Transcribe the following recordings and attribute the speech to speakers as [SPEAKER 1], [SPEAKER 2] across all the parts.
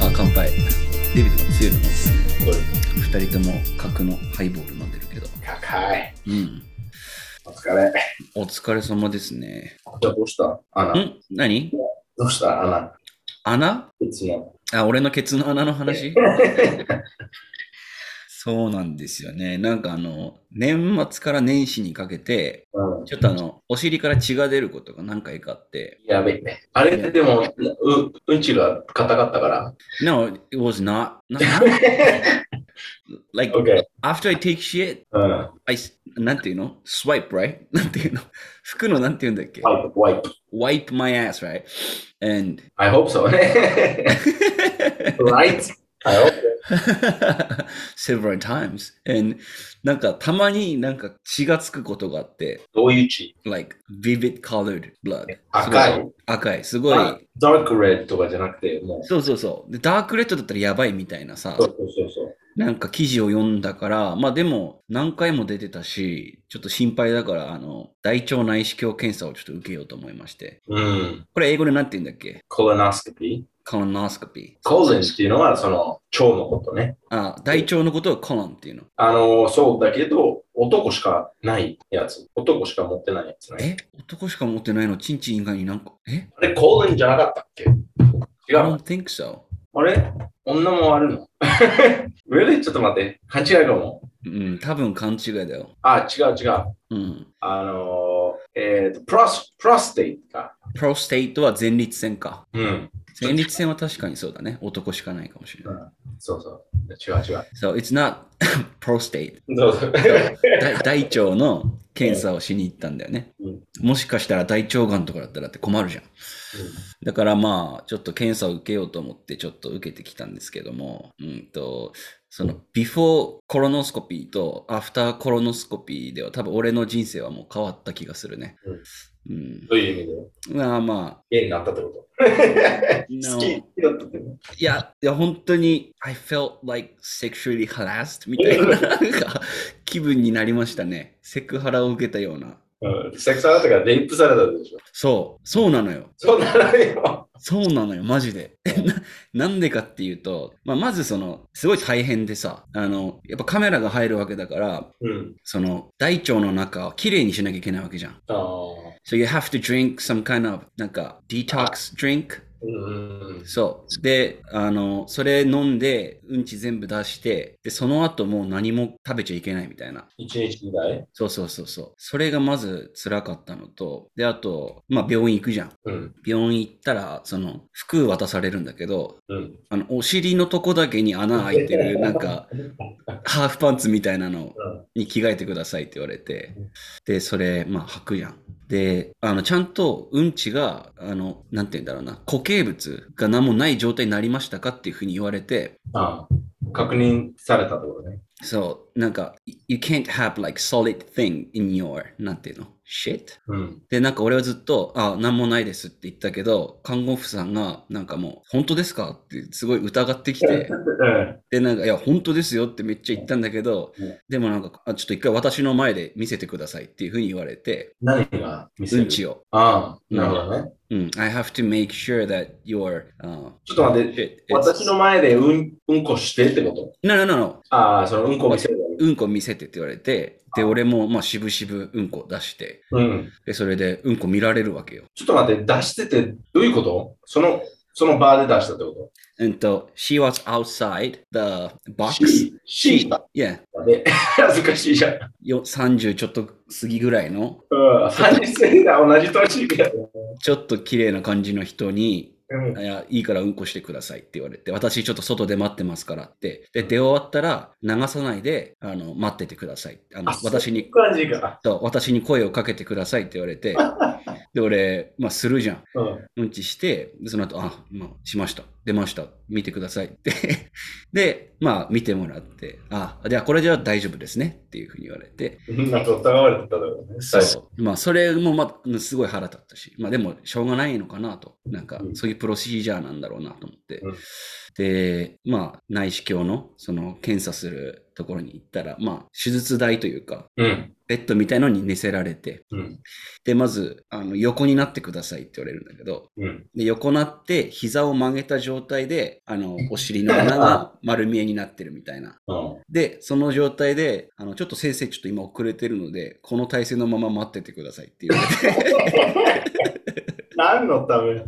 [SPEAKER 1] あ乾杯デビッドが強いの2人とも角のハイボール飲んでるけど
[SPEAKER 2] 高い。
[SPEAKER 1] うん
[SPEAKER 2] お疲れ。
[SPEAKER 1] お疲れ様ですね
[SPEAKER 2] じゃあどうした穴。
[SPEAKER 1] ん何
[SPEAKER 2] どうした穴。
[SPEAKER 1] 穴
[SPEAKER 2] いつも。
[SPEAKER 1] あ俺のケツの穴の話 そうなんですよねなんかあの年末から年始にかけて
[SPEAKER 2] うん。
[SPEAKER 1] ちょっとあのお尻から血が出ることが何回かあって
[SPEAKER 2] やべえ。あれってでも、う、うんちが硬かったから。
[SPEAKER 1] No it was not, not like
[SPEAKER 2] OK。
[SPEAKER 1] after I take shit
[SPEAKER 2] うん。
[SPEAKER 1] I s- なんていうの ?swipe, right? なんていうの服のなんていうんだっけ
[SPEAKER 2] ワイプ、ワイプ。
[SPEAKER 1] wipe my ass, right? And
[SPEAKER 2] I hope so. right? I hope so.
[SPEAKER 1] several times. And なんかたまになんか血がつくことがあって、
[SPEAKER 2] どういう血
[SPEAKER 1] like vivid colored blood.
[SPEAKER 2] 赤い
[SPEAKER 1] すご赤い。すご
[SPEAKER 2] あ
[SPEAKER 1] い。
[SPEAKER 2] dark red とかじゃなくて、もう。
[SPEAKER 1] そうそうそう。で、ダークレッドだったらやばいみたいなさ
[SPEAKER 2] そ、うそうそうそう。
[SPEAKER 1] なんか記事を読んだから、まあでも何回も出てたし、ちょっと心配だから、あの、大腸内視鏡検査をちょっと受けようと思いまして。
[SPEAKER 2] うん。
[SPEAKER 1] これ英語でなんて言うんだっけ
[SPEAKER 2] colonoscopy。
[SPEAKER 1] colonoscopy。
[SPEAKER 2] colons っていうのは、その、腸のことね。
[SPEAKER 1] あ、大腸のことを colon っていうの。
[SPEAKER 2] あの、そうだけど、男しかないやつ。男しか持ってないやつね。
[SPEAKER 1] え男しか持ってないの、チンチン以外になんか。え
[SPEAKER 2] あれ、コールンじゃなかったっけ違
[SPEAKER 1] ?I
[SPEAKER 2] う。
[SPEAKER 1] don't think so.
[SPEAKER 2] あれ女もあるの ?Really? ちょっと待って。勘違いかも。
[SPEAKER 1] うん、多分勘違いだよ。
[SPEAKER 2] あ、違う違う。
[SPEAKER 1] うん。
[SPEAKER 2] あのー、えっ、と、プロス、プロステイトか。
[SPEAKER 1] プロステイトは前立腺か。
[SPEAKER 2] うん。
[SPEAKER 1] 前立腺は確かにそうだね。男しかないかもしれない。
[SPEAKER 2] そうそう。違う違う。
[SPEAKER 1] So it's not prostate.
[SPEAKER 2] どうぞ。
[SPEAKER 1] 大大腸の検査をしに行ったんだよね
[SPEAKER 2] うん。
[SPEAKER 1] もしかしたら大腸がんとかだったらって困るじゃん。だからまあ、ちょっと検査を受けようと思って、ちょっと受けてきたんですけども、うんと、その、ビフォーコロノスコピーとアフターコロノスコピーでは、多分俺の人生はもう変わった気がするね。うん。
[SPEAKER 2] どういう意味で
[SPEAKER 1] まあま
[SPEAKER 2] 家になったってこと
[SPEAKER 1] あ、
[SPEAKER 2] 好き
[SPEAKER 1] No
[SPEAKER 2] 好きだったってこ
[SPEAKER 1] いや、いや、本当に、I felt like sexually harassed みたいな、なんか、気分になりましたね。セクハラを受けたような。
[SPEAKER 2] とうん。セックスアウトからレイプされたでしょ。
[SPEAKER 1] そう、そうなのよ。
[SPEAKER 2] そうなのよ。
[SPEAKER 1] そうなのよ、マジで。 ななんでかっていうと、まあ、まずその、すごい大変でさ、あの、やっぱカメラが入るわけだから、
[SPEAKER 2] うん。
[SPEAKER 1] その、大腸の中をきれいにしなきゃいけないわけじゃん。
[SPEAKER 2] ああ。
[SPEAKER 1] So you have to drink some kind of, なんか、detox drink?
[SPEAKER 2] うん。
[SPEAKER 1] そう。で、あの、それ飲んで、うんち全部出して、で、その後もう何も食べちゃいけないみたいな。
[SPEAKER 2] 一日以内
[SPEAKER 1] そうそうそうそう。それがまず辛かったのと、で、あと、まあ病院行くじゃん。
[SPEAKER 2] うん。
[SPEAKER 1] 病院行ったら、その、服渡されるんだけど、
[SPEAKER 2] うん。
[SPEAKER 1] あの、お尻のとこだけに穴開いてる、なんか、ハーフパンツみたいなの
[SPEAKER 2] うん
[SPEAKER 1] に着替えてくださいって言われて
[SPEAKER 2] うん、
[SPEAKER 1] で、それ、まあ、履くやん。で、あの、ちゃんとうんちが、あの、なんて言うんだろうな、固形物が何もない状態になりましたかっていうふうに言われて、
[SPEAKER 2] ああ確認されたってことね。
[SPEAKER 1] そう、なんか、you can't have like solid thing in your, なんていうの ?shit?
[SPEAKER 2] うん。
[SPEAKER 1] で、なんか俺はずっと、あ、なんもないですって言ったけど、看護婦さんが、なんかもう、本当ですかってすごい疑ってきて、で、なんか、いや、本当ですよってめっちゃ言ったんだけど、
[SPEAKER 2] うん
[SPEAKER 1] でもなんか、あちょっと一回私の前で見せてくださいっていうふうに言われて、
[SPEAKER 2] 何が見せ
[SPEAKER 1] う
[SPEAKER 2] る
[SPEAKER 1] んちを。
[SPEAKER 2] ああ、なるほどね。
[SPEAKER 1] うん、I have to make sure that your, uh,
[SPEAKER 2] ちょっと待っ
[SPEAKER 1] shit
[SPEAKER 2] て、
[SPEAKER 1] is-
[SPEAKER 2] 私の前でうんうんこしてってこと
[SPEAKER 1] No, no, no, no.
[SPEAKER 2] ああ、そのうんこ見せる
[SPEAKER 1] うんこ見せてって言われて、で、俺も、まあ、しぶしぶうんこ出して、
[SPEAKER 2] うん。
[SPEAKER 1] で、それで、うんこ見られるわけよ。
[SPEAKER 2] ちょっと待って、出しててどういうことその、その場で出したってこ
[SPEAKER 1] うんと、she was outside the
[SPEAKER 2] と
[SPEAKER 1] box.
[SPEAKER 2] シーだ。
[SPEAKER 1] Yeah.
[SPEAKER 2] で、 恥ずかしいじゃん。
[SPEAKER 1] よ30ちょっと過ぎぐらいの、
[SPEAKER 2] うん。30歳だ、同じ年ぐらい。
[SPEAKER 1] ちょっと綺麗な感じの人に、
[SPEAKER 2] うん。
[SPEAKER 1] いや、いいからうんこしてくださいって言われて、私ちょっと外で待ってますからって。で、出終わったら流さないで、あの、待っててください。あの
[SPEAKER 2] あ、
[SPEAKER 1] 私に、
[SPEAKER 2] 感じか。
[SPEAKER 1] そう私に声をかけてくださいって言われて、で、俺、まあ、するじゃん。
[SPEAKER 2] うん。
[SPEAKER 1] うんちして、でその後、あ、まあ、しました。出ました。見てくださいって。 で、まあ、見てもらって、あ、じゃあこれじゃ大丈夫ですねっていうふうに言われて、
[SPEAKER 2] なんか疑われてただろうね。
[SPEAKER 1] そう。まあ、それも、まあ、すごい腹立ったし、まあ、でも、しょうがないのかなと。なんか
[SPEAKER 2] う、ん
[SPEAKER 1] そういうプロシージャーなんだろうなと思って。
[SPEAKER 2] うん
[SPEAKER 1] で、まあ、内視鏡の、その、検査するところに行ったら、まあ、手術台というか、
[SPEAKER 2] うん。
[SPEAKER 1] ベッドみたいのに寝せられて、
[SPEAKER 2] うん。
[SPEAKER 1] で、まず、あの横になってくださいって言われるんだけど、
[SPEAKER 2] うん。
[SPEAKER 1] で横なって、膝を曲げた状態で、あの、お尻の穴が丸見えになってるみたいな。
[SPEAKER 2] うん。
[SPEAKER 1] で、その状態で、あの、ちょっと先生、ちょっと今遅れてるので、この体勢のまま待っててくださいって言われて、
[SPEAKER 2] 何のため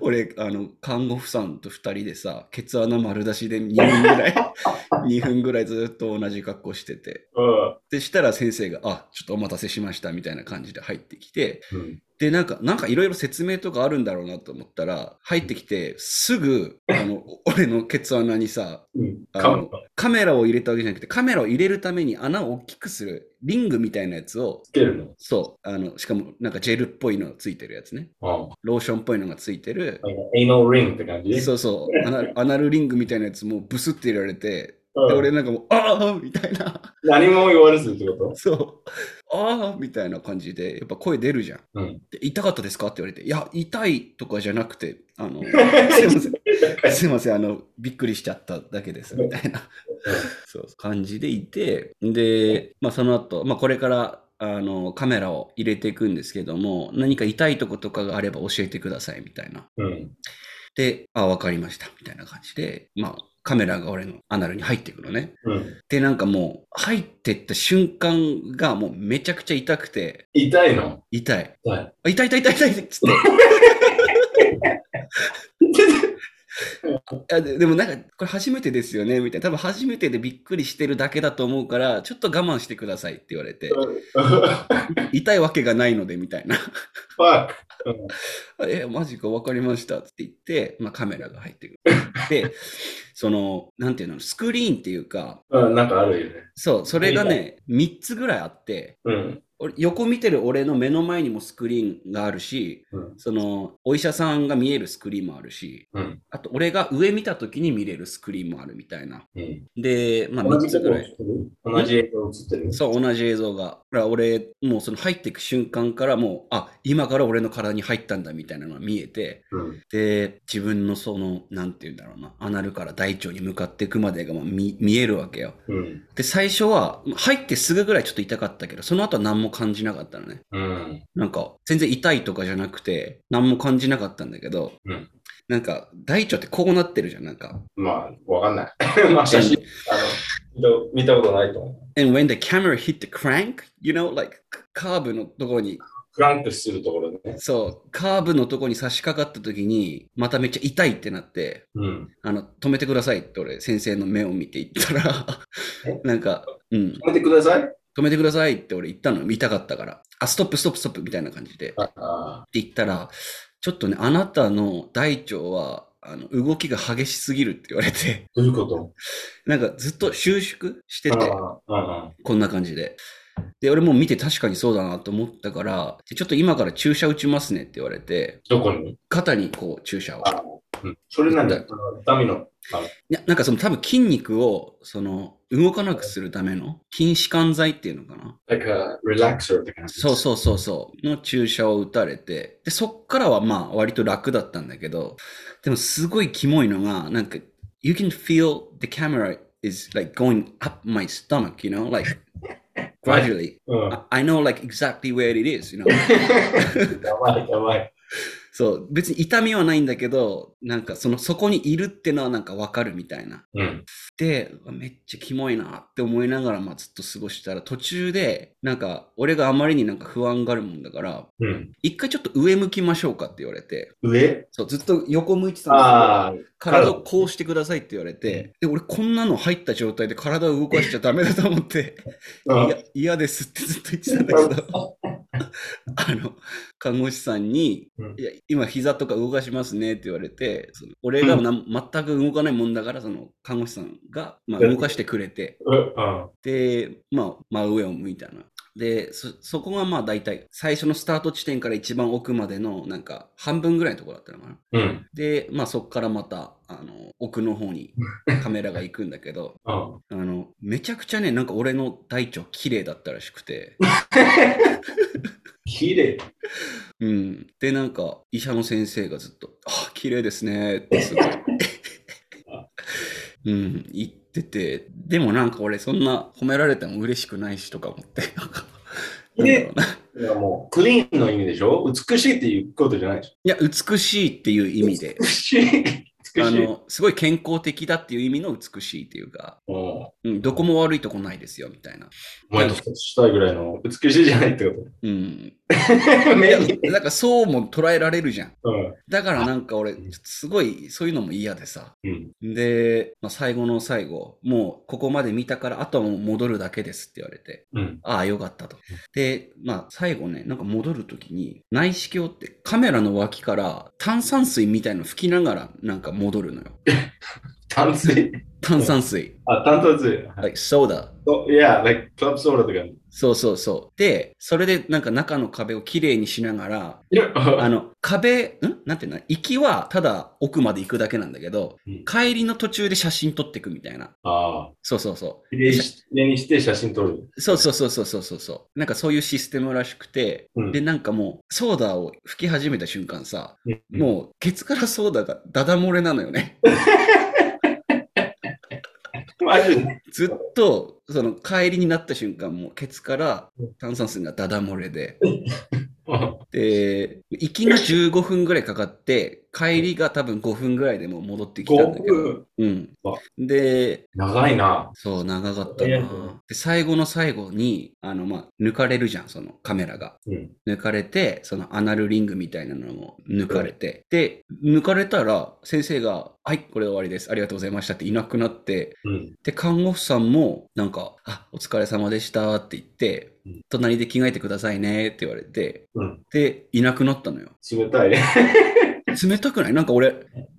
[SPEAKER 1] 俺、あの、看護婦さんと二人でさ、ケツ穴丸出しで2分ぐらい、2分ぐらいずっと同じ格好してて、
[SPEAKER 2] うん。
[SPEAKER 1] でしたら先生が、あ、ちょっとお待たせしましたみたいな感じで入ってきて、
[SPEAKER 2] うん。
[SPEAKER 1] で、なんか、なんかいろいろ説明とかあるんだろうなと思ったら、入ってきて、すぐ、あの、俺のケツ穴にさ、
[SPEAKER 2] うん。
[SPEAKER 1] あ
[SPEAKER 2] か
[SPEAKER 1] の
[SPEAKER 2] ぶ
[SPEAKER 1] カメラを入れたわけじゃなくて、カメラを入れるために穴を大きくするリングみたいなやつを、
[SPEAKER 2] つけるの
[SPEAKER 1] そう、あの、しかもなんかジェルっぽいのついてるやつね。
[SPEAKER 2] うん。
[SPEAKER 1] ローションっぽいのがついてる。
[SPEAKER 2] なんか、エイノリングって感じ
[SPEAKER 1] そうそうアナ、アナルリングみたいなやつもうブスって入れられて、
[SPEAKER 2] うん
[SPEAKER 1] で俺なんかもう、ああみたいな、
[SPEAKER 2] 何も言われずってこと
[SPEAKER 1] そう、ああみたいな感じで、やっぱ声出るじゃん。
[SPEAKER 2] うん。
[SPEAKER 1] で痛かったですかって言われて、いや、痛いとかじゃなくて、あ の、すいません。すいません、あの、びっくりしちゃっただけです、みたいな、そう、感じでいて、で、まあ、その後、まあ、これから、あの、カメラを入れていくんですけども、何か痛いとことかがあれば教えてください、みたいな。
[SPEAKER 2] うん。
[SPEAKER 1] で、あ、わかりました、みたいな感じで、まあ、カメラが俺のアナルに入っていくのね。
[SPEAKER 2] うん。
[SPEAKER 1] で、なんかもう、入ってった瞬間がもうめちゃくちゃ痛くて、
[SPEAKER 2] 痛いの
[SPEAKER 1] 痛い。
[SPEAKER 2] 痛い。
[SPEAKER 1] あ痛い痛い痛い痛いっつって。 あででもなんか、これ初めてですよねみたいな。多分初めてでびっくりしてるだけだと思うから、ちょっと我慢してくださいって言われて、痛いわけがないのでみたいな。
[SPEAKER 2] ファック。
[SPEAKER 1] え、マジか分かりましたって言って、まあ、カメラが入ってくる。で、その、なんていうの、スクリーンっていうか、
[SPEAKER 2] うん、なんかあるよね。
[SPEAKER 1] そう、それがね、3つぐらいあって、
[SPEAKER 2] うん。
[SPEAKER 1] 俺横見てる俺の目の前にもスクリーンがあるし、
[SPEAKER 2] うん。
[SPEAKER 1] そのお医者さんが見えるスクリーンもあるし、
[SPEAKER 2] うん。
[SPEAKER 1] あと俺が上見た時に見れるスクリーンもあるみたいな。
[SPEAKER 2] うん。
[SPEAKER 1] で、まあ
[SPEAKER 2] 同
[SPEAKER 1] 3
[SPEAKER 2] じ
[SPEAKER 1] つ
[SPEAKER 2] とこ
[SPEAKER 1] ぐ
[SPEAKER 2] ろ
[SPEAKER 1] ら
[SPEAKER 2] 映っ
[SPEAKER 1] い。
[SPEAKER 2] てる同じ映像映ってる。
[SPEAKER 1] そう、同じ映像が。だから俺、もうその入っていく瞬間からもう、あ、今から俺の体に入ったんだみたいなのが見えて、
[SPEAKER 2] うん。
[SPEAKER 1] で、自分のその、なんて言うんだろうな、アナルから大腸に向かっていくまでがまあ見見えるわけよ。
[SPEAKER 2] うん。
[SPEAKER 1] で、最初は、入ってすぐぐらいちょっと痛かったけど、その後は何も感じなかったのね。
[SPEAKER 2] うん。
[SPEAKER 1] なんか、全然痛いとかじゃなくて、何も感じなかったんだけど、
[SPEAKER 2] うん
[SPEAKER 1] なんか、大腸ってこうなってるじゃん、なんか。
[SPEAKER 2] まあ、わかんない。 まあ、写真、あの、見た見たことないと思う。
[SPEAKER 1] And when the camera hit the crank, you know, like, カーブのところに、
[SPEAKER 2] クランクするところね。
[SPEAKER 1] そう、カーブのところに差し掛かった時に、まためっちゃ痛いってなって、
[SPEAKER 2] うん。
[SPEAKER 1] あの、止めてくださいって俺、先生の目を見て言ったら
[SPEAKER 2] え、
[SPEAKER 1] なんか、うん、
[SPEAKER 2] 止めてください。
[SPEAKER 1] 止めてくださいって俺言ったの、痛かったから。あ、ストップストップストップみたいな感じで。
[SPEAKER 2] ああ。
[SPEAKER 1] って言ったら、ちょっとね、あなたの大腸は、あの、動きが激しすぎるって言われて、
[SPEAKER 2] どういうこと
[SPEAKER 1] なんかずっと収縮してて、
[SPEAKER 2] ああ。
[SPEAKER 1] こんな感じで。で、俺も見て確かにそうだなと思ったから、でちょっと今から注射打ちますねって言われて、
[SPEAKER 2] どこに
[SPEAKER 1] 肩にこう注射を。
[SPEAKER 2] あうん。それなんだ。あのダミの。
[SPEAKER 1] いや、なんかその多分筋肉を、その、動かなくするための筋弛緩剤っていうのかな。
[SPEAKER 2] なんか、リラックスって感じ。
[SPEAKER 1] そうそうそうそう。の注射を打たれて、で、そっからはまあ割と楽だったんだけど、でもすごいキモいのが、なんか、You can feel the camera is like going up my stomach, you know, like gradually.
[SPEAKER 2] う。うん。
[SPEAKER 1] I- I know like exactly where it is, you know.
[SPEAKER 2] やばい、やばい。
[SPEAKER 1] そう、別に痛みはないんだけど、なんかその、そこにいるってのはなんかわかるみたいな。
[SPEAKER 2] うん。
[SPEAKER 1] で、うわめっちゃキモいなって思いながら、まあずっと過ごしてたら、途中で、なんか、俺があまりになんか不安があるもんだから、
[SPEAKER 2] うん。
[SPEAKER 1] 一回ちょっと上向きましょうかって言われて、
[SPEAKER 2] 上
[SPEAKER 1] そうずっと横向いてたんですけど、
[SPEAKER 2] ああ。
[SPEAKER 1] 体をこうしてくださいって言われて、で、俺こんなの入った状態で体を動かしちゃダメだと思って、
[SPEAKER 2] うん
[SPEAKER 1] いや嫌ですってずっと言ってたんだけ ど、あの、看護師さんに、
[SPEAKER 2] うん
[SPEAKER 1] いや、今膝とか動かしますねって言われて、その俺がな、全く動かないもんだから、その看護師さんが、まあ、動かしてくれて、
[SPEAKER 2] うん。うん
[SPEAKER 1] で、まあ、真上を向いたな。で、そ、そこがまあ大体、最初のスタート地点から一番奥までの、なんか、半分ぐらいのところだったのかな。
[SPEAKER 2] うん。
[SPEAKER 1] で、まあそこからまた、あの、奥の方にカメラが行くんだけど、
[SPEAKER 2] うん。
[SPEAKER 1] あの、めちゃくちゃね、なんか俺の大腸綺麗だったらしく て、
[SPEAKER 2] 綺麗。
[SPEAKER 1] うん。で、なんか、医者の先生 がずっと、あ、綺麗ですね、ってすごい。うん、言ってってて、でもなんか俺そんな褒められても嬉しくないしとか思って、なんか、なんだろうな。
[SPEAKER 2] だからもう、クリーンの意味でしょ美しいっていうことじゃないでしょ
[SPEAKER 1] いや、美しいっていう意味で、
[SPEAKER 2] 美しい。美
[SPEAKER 1] あ
[SPEAKER 2] しい。
[SPEAKER 1] の、すごい健康的だっていう意味の美しいっていうか、
[SPEAKER 2] うんお
[SPEAKER 1] うん、どこも悪いとこないですよ、みたいな。
[SPEAKER 2] 前とセックスしたいぐらいの美しいじゃないってこ
[SPEAKER 1] うん。
[SPEAKER 2] と。
[SPEAKER 1] い
[SPEAKER 2] 目
[SPEAKER 1] や
[SPEAKER 2] に。
[SPEAKER 1] なんかそうも捉えられるじゃん。
[SPEAKER 2] うん。
[SPEAKER 1] だからなんか俺、ちょっとすごい、そういうのも嫌でさ。
[SPEAKER 2] うん。
[SPEAKER 1] で、まあ、最後の最後、もうここまで見たから、あとはもう戻るだけですって言われて、
[SPEAKER 2] うん。
[SPEAKER 1] ああ、よかったと。で、まあ、最後ね、なんか戻るときに、内視鏡ってカメラの脇から炭酸水みたいの吹きながらなんか戻るのよ。
[SPEAKER 2] 炭水。
[SPEAKER 1] 炭酸水。
[SPEAKER 2] あ、炭酸水。
[SPEAKER 1] like soda。
[SPEAKER 2] いや、like club soda とか。い
[SPEAKER 1] そうそうそう。で、それでなんか中の壁をきれいにしながら、
[SPEAKER 2] や、
[SPEAKER 1] あの、壁、んなんていうの行きはただ奥まで行くだけなんだけど、
[SPEAKER 2] うん
[SPEAKER 1] 帰りの途中で写真撮っていくみたいな。
[SPEAKER 2] ああ。
[SPEAKER 1] そうそうそう。
[SPEAKER 2] 綺麗にし綺麗にして写真撮る。
[SPEAKER 1] そうそうそうそうそうそうそう。なんかそういうシステムらしくて、
[SPEAKER 2] うん
[SPEAKER 1] で、なんかもう、ソーダを吹き始めた瞬間さ、
[SPEAKER 2] うん
[SPEAKER 1] もう、ケツからソーダがダダ漏れなのよね。
[SPEAKER 2] マジで。
[SPEAKER 1] ずっと、その、帰りになった瞬間、もう、ケツから炭酸水がダダ漏れで、
[SPEAKER 2] うん
[SPEAKER 1] で、行きが15分ぐらいかかって、帰りが多分5分ぐらいでもう戻ってきたんだけど、
[SPEAKER 2] 5
[SPEAKER 1] うん
[SPEAKER 2] あ。
[SPEAKER 1] で、
[SPEAKER 2] 長いな。
[SPEAKER 1] そう、長かった
[SPEAKER 2] 早いね
[SPEAKER 1] な。で、最後の最後に、あの、まあ、抜かれるじゃん、そのカメラが。
[SPEAKER 2] うん。
[SPEAKER 1] 抜かれて、そのアナルリングみたいなのも抜かれて、で、抜かれたら先生が、はい、これで終わりです。ありがとうございましたっていなくなって、
[SPEAKER 2] うん。
[SPEAKER 1] で、看護婦さんも、なんか、あ、お疲れ様でしたって言って
[SPEAKER 2] うん、
[SPEAKER 1] 隣で着替えてくださいねって言われて、
[SPEAKER 2] うん。
[SPEAKER 1] で、いなくなったのよ。
[SPEAKER 2] 冷 たい。
[SPEAKER 1] 冷たくないなんか俺、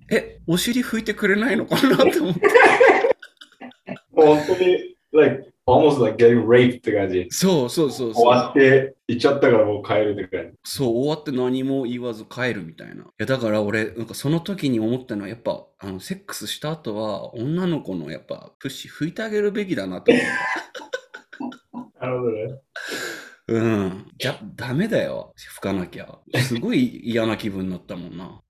[SPEAKER 1] え、お尻拭いてくれないのかなって思 って。
[SPEAKER 2] 本当に、like, almost like getting raped って感じ。
[SPEAKER 1] そうそうそう
[SPEAKER 2] 終
[SPEAKER 1] そう。
[SPEAKER 2] わって、行っちゃったからもう帰るって感じ。
[SPEAKER 1] そう、終わって何も言わず帰るみたいな。いや、だから俺、なんかその時に思ったのは、やっぱ、あの、セックスした後は、女の子のやっぱ、プッシュ拭いてあげるべきだなと思った。
[SPEAKER 2] なるほどね。
[SPEAKER 1] うん。じゃ、ダメだよ。拭かなきゃ。すごい嫌な気分になったもんな。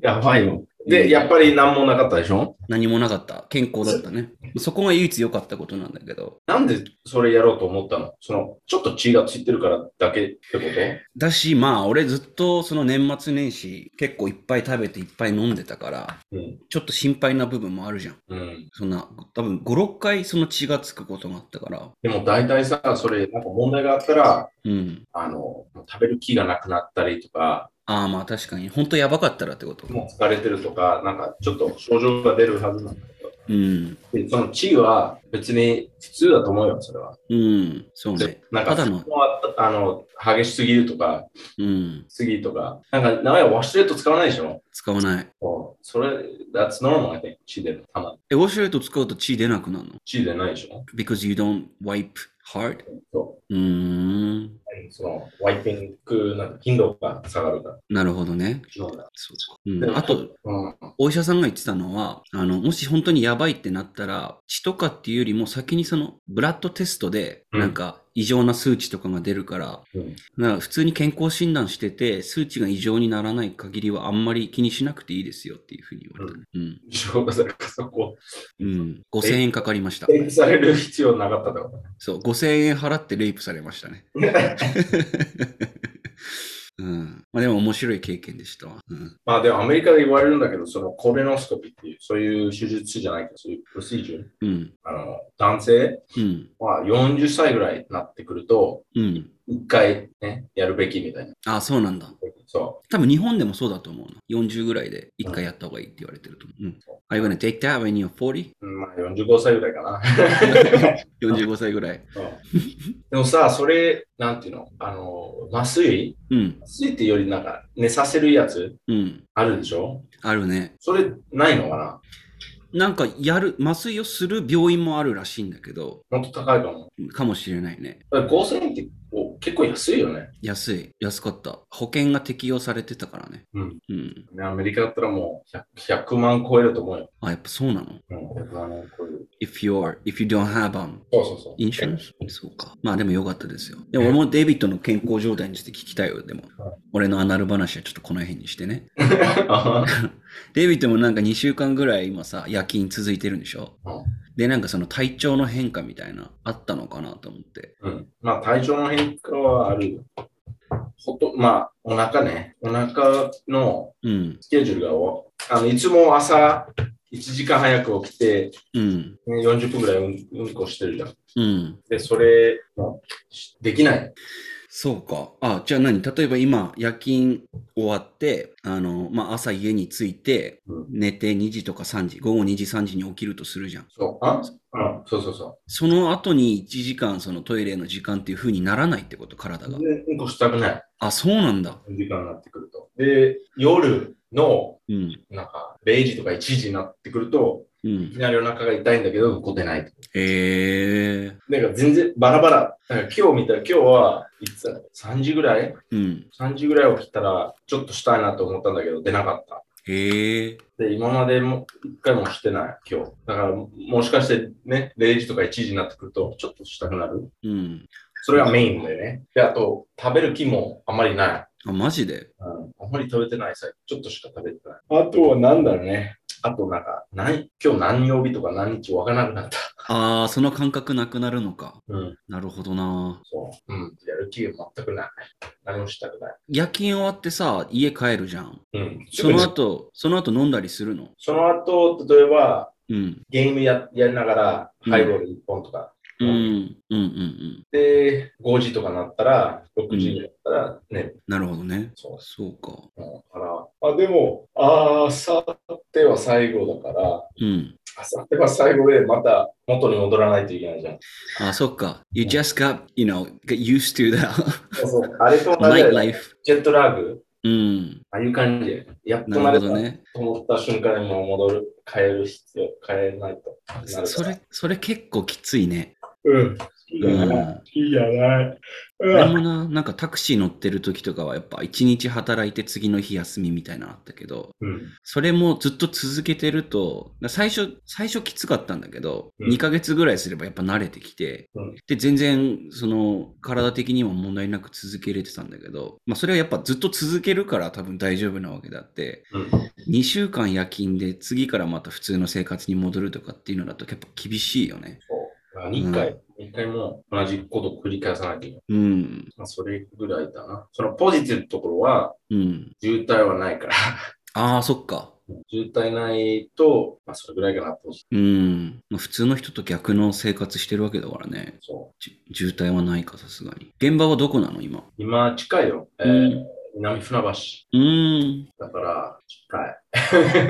[SPEAKER 2] やばいよ。で、やっぱり何もなかったでしょ
[SPEAKER 1] 何もなかった。健康だったね。そこが唯一良かったことなんだけど。
[SPEAKER 2] なんでそれやろうと思ったのその、ちょっと血がついてるからだけってこと
[SPEAKER 1] だし、まあ、俺ずっとその年末年始、結構いっぱい食べていっぱい飲んでたから、
[SPEAKER 2] うん。
[SPEAKER 1] ちょっと心配な部分もあるじゃん。
[SPEAKER 2] うん。
[SPEAKER 1] そんな、多分5、6回その血がつくことがあったから、
[SPEAKER 2] でも大体さ、それ、なんか問題があったら、
[SPEAKER 1] うん。
[SPEAKER 2] あの、食べる気がなくなったりとか、
[SPEAKER 1] ああ、まあ確かに。本当やばかったらってこと。
[SPEAKER 2] もう疲れてるとか、なんかちょっと症状が出るはずなんだけど。
[SPEAKER 1] うん。
[SPEAKER 2] でその地位は別に普通だと思うよ、それは。
[SPEAKER 1] うん。そうね。
[SPEAKER 2] なん
[SPEAKER 1] た
[SPEAKER 2] か、
[SPEAKER 1] だの。
[SPEAKER 2] あの、激しすぎるとか、
[SPEAKER 1] うん。
[SPEAKER 2] すぎとか、なんか、名前ワシュレット使わないでしょ
[SPEAKER 1] 使わない。
[SPEAKER 2] そうそれ、that's normal, I think. 血出る。たま、
[SPEAKER 1] え、ウォシュレット使うと血出なくなるの
[SPEAKER 2] 血出ないでしょ
[SPEAKER 1] ?because you don't wipe hard?
[SPEAKER 2] そう
[SPEAKER 1] ーん。
[SPEAKER 2] う。その、ワイピング、なんか、頻度が下がるから。
[SPEAKER 1] なるほどね。
[SPEAKER 2] そうだ。
[SPEAKER 1] そうか。う
[SPEAKER 2] で
[SPEAKER 1] ん、
[SPEAKER 2] も
[SPEAKER 1] あと、
[SPEAKER 2] うん。
[SPEAKER 1] お医者さんが言ってたのは、あの、もし本当にやばいってなったら、血とかっていうよりも先にその、ブラッドテストで、
[SPEAKER 2] うん
[SPEAKER 1] なんか、異常な数値とかが出るから、
[SPEAKER 2] うん
[SPEAKER 1] だから普通に健康診断してて、数値が異常にならない限りはあんまり気にしなくていいですよっていうふうに言われたね。うん。
[SPEAKER 2] そうだからそこ、
[SPEAKER 1] うん。5000円かかりました。
[SPEAKER 2] 定義される必要なかっただろ
[SPEAKER 1] そう、5000円払ってレイプされましたね。 うん。まあでも面白い経験でしたわ。うん。
[SPEAKER 2] まあでもアメリカで言われるんだけど、そのコレノスコピーっていう、そういう手術じゃないけど、そういうプロシージュー。
[SPEAKER 1] うん。
[SPEAKER 2] あの、男性
[SPEAKER 1] うん。
[SPEAKER 2] は40歳ぐらいになってくると、
[SPEAKER 1] うん。
[SPEAKER 2] 一回ね、やるべきみたいな。
[SPEAKER 1] あそうなんだ。
[SPEAKER 2] そ
[SPEAKER 1] 多分日本でもそうだと思うな。40ぐらいで1回やった方がいいって言われてると思う。うん。Are you gonna take that when you're 40?
[SPEAKER 2] う。うんまあ45歳ぐらいかな。
[SPEAKER 1] 45歳ぐらい。
[SPEAKER 2] でもさ、それ、なんていうのあの、麻酔
[SPEAKER 1] うん。
[SPEAKER 2] 麻酔っていうよりなんか寝させるやつ
[SPEAKER 1] うん。
[SPEAKER 2] あるでしょ
[SPEAKER 1] あるね。
[SPEAKER 2] それないのかな
[SPEAKER 1] なんかやる、麻酔をする病院もあるらしいんだけど、
[SPEAKER 2] もっと高いかも。
[SPEAKER 1] かもしれないね。
[SPEAKER 2] だから5000円ってお結構安いよね。
[SPEAKER 1] 安い。安かった。保険が適用されてたからね。
[SPEAKER 2] うん。
[SPEAKER 1] うん。
[SPEAKER 2] ねアメリカだったらもう 100, 100万超えると思うよ。
[SPEAKER 1] あ、やっぱそうなの
[SPEAKER 2] うん、100万超える。
[SPEAKER 1] if you're, if you don't have um,
[SPEAKER 2] そうそうそう。
[SPEAKER 1] insurance? そうか。まあでもよかったですよ。でも俺もデイビッドの健康状態について聞きたいよ、でも
[SPEAKER 2] はい。
[SPEAKER 1] 俺のアナル話はちょっとこの辺にしてね。
[SPEAKER 2] あ
[SPEAKER 1] デイビッドもなんか2週間ぐらい今さ、夜勤続いてるんでしょ
[SPEAKER 2] うん
[SPEAKER 1] で、なんかその体調の変化みたいな、あったのかなと思って。
[SPEAKER 2] うん。まあ、体調の変化はあるよ。ほと、まあ、お腹ね。お腹の
[SPEAKER 1] うん、
[SPEAKER 2] スケジュールがお、あの、いつも朝1時間早く起きて、
[SPEAKER 1] うん、
[SPEAKER 2] ね40分ぐらいうんうんこしてるじゃん。
[SPEAKER 1] うん。
[SPEAKER 2] で、それ、もしできない。
[SPEAKER 1] そうか。あ、じゃあ何例えば今、夜勤終わって、あの、まあ朝家に着いて、
[SPEAKER 2] うん。
[SPEAKER 1] 寝て2時とか3時、午後2時3時に起きるとするじゃん。
[SPEAKER 2] そう。あうん。そうそうそ
[SPEAKER 1] その後に1時間そのトイレの時間っていう風にならないってこと、体
[SPEAKER 2] う。
[SPEAKER 1] が。
[SPEAKER 2] でうんこしたくない。
[SPEAKER 1] あ、そうなんだ。
[SPEAKER 2] 時間になってくると。で、夜の、
[SPEAKER 1] うん。
[SPEAKER 2] なんか、0時とか1時になってくると、
[SPEAKER 1] う
[SPEAKER 2] い
[SPEAKER 1] ん。
[SPEAKER 2] きなりお腹が痛いんだけど、動こてない。
[SPEAKER 1] へえ。
[SPEAKER 2] なんか全然バラバラ。なんか今日見たら、今日は、いつだろう ?3 時ぐらい
[SPEAKER 1] うん。
[SPEAKER 2] ?3 時ぐらい起きたら、ちょっとしたいなと思ったんだけど、出なかった。
[SPEAKER 1] へえ。
[SPEAKER 2] で、今までも、一回もしてない、今日。だから、もしかしてね、0時とか1時になってくると、ちょっとしたくなる。
[SPEAKER 1] うん。
[SPEAKER 2] それがメインだよね。で、あと、食べる気もあんまりない。
[SPEAKER 1] あ、マジで
[SPEAKER 2] うん、あんまり食べてないさ、ちょっとしか食べてない。あとはなんだろうね。あとなんか、何、今日何曜日とか何日わからなくなった。
[SPEAKER 1] ああ、その感覚なくなるのか。
[SPEAKER 2] うん、
[SPEAKER 1] なるほどな。
[SPEAKER 2] そう。うん、やる気が全くない。何もしたくない。
[SPEAKER 1] 夜勤終わってさ、家帰るじゃん。
[SPEAKER 2] うん。
[SPEAKER 1] その後、その後飲んだりするの
[SPEAKER 2] その後、例えば、
[SPEAKER 1] うん。
[SPEAKER 2] ゲームややりながら、
[SPEAKER 1] うん
[SPEAKER 2] ハイボール1本とか。
[SPEAKER 1] うん。うんうんうん。
[SPEAKER 2] で、5時とかなったら、6時になったら、ね、
[SPEAKER 1] なるほどね。
[SPEAKER 2] そう
[SPEAKER 1] そうか。
[SPEAKER 2] だから、あ、でも、あさっては最後だから、
[SPEAKER 1] うん。
[SPEAKER 2] あさっては最後で、また元に戻らないといけないじゃん。
[SPEAKER 1] あ、そっか。You just got, you know, get used to that
[SPEAKER 2] そうそう。あれと同じだ
[SPEAKER 1] night
[SPEAKER 2] よね
[SPEAKER 1] life.
[SPEAKER 2] ジェットラグ、
[SPEAKER 1] うん。
[SPEAKER 2] ああいう感じで、やっと
[SPEAKER 1] なる
[SPEAKER 2] 慣れ
[SPEAKER 1] ほ
[SPEAKER 2] た
[SPEAKER 1] どね。
[SPEAKER 2] と思った瞬間にもう戻る、変える必要、変えないと。なる
[SPEAKER 1] そ
[SPEAKER 2] から
[SPEAKER 1] れ、それ結構きついね。
[SPEAKER 2] うん。好き
[SPEAKER 1] う
[SPEAKER 2] じゃない。
[SPEAKER 1] ん。
[SPEAKER 2] 好きじゃない。う
[SPEAKER 1] 俺
[SPEAKER 2] ん
[SPEAKER 1] もな、なんかタクシー乗ってる時とかはやっぱ一日働いて次の日休みみたいなのあったけど、
[SPEAKER 2] うん。
[SPEAKER 1] それもずっと続けてると、最初、最初きつかったんだけど、
[SPEAKER 2] うん
[SPEAKER 1] 2ヶ月ぐらいすればやっぱ慣れてきて、
[SPEAKER 2] うん
[SPEAKER 1] で、全然、その、体的にも問題なく続けれてたんだけど、まあそれはやっぱずっと続けるから多分大丈夫なわけだって、
[SPEAKER 2] うん。
[SPEAKER 1] 2週間夜勤で次からまた普通の生活に戻るとかっていうのだとやっぱ厳しいよね。
[SPEAKER 2] そう。2回、2回も同じことを繰り返さなきゃいけない。
[SPEAKER 1] うん。
[SPEAKER 2] まあ、それぐらいだな。そのポジティブなところは、
[SPEAKER 1] うん。
[SPEAKER 2] 渋滞はないから。
[SPEAKER 1] ああ、そっか。
[SPEAKER 2] 渋滞ないと、まあ、それぐらいかなと。
[SPEAKER 1] うん。まあ、普通の人と逆の生活してるわけだからね。
[SPEAKER 2] そ
[SPEAKER 1] じ渋滞はないか、さすがに。現場はどこなの、今。
[SPEAKER 2] う。今、近いよ。えー
[SPEAKER 1] うん
[SPEAKER 2] 南船橋。
[SPEAKER 1] うーん。
[SPEAKER 2] だから、近い。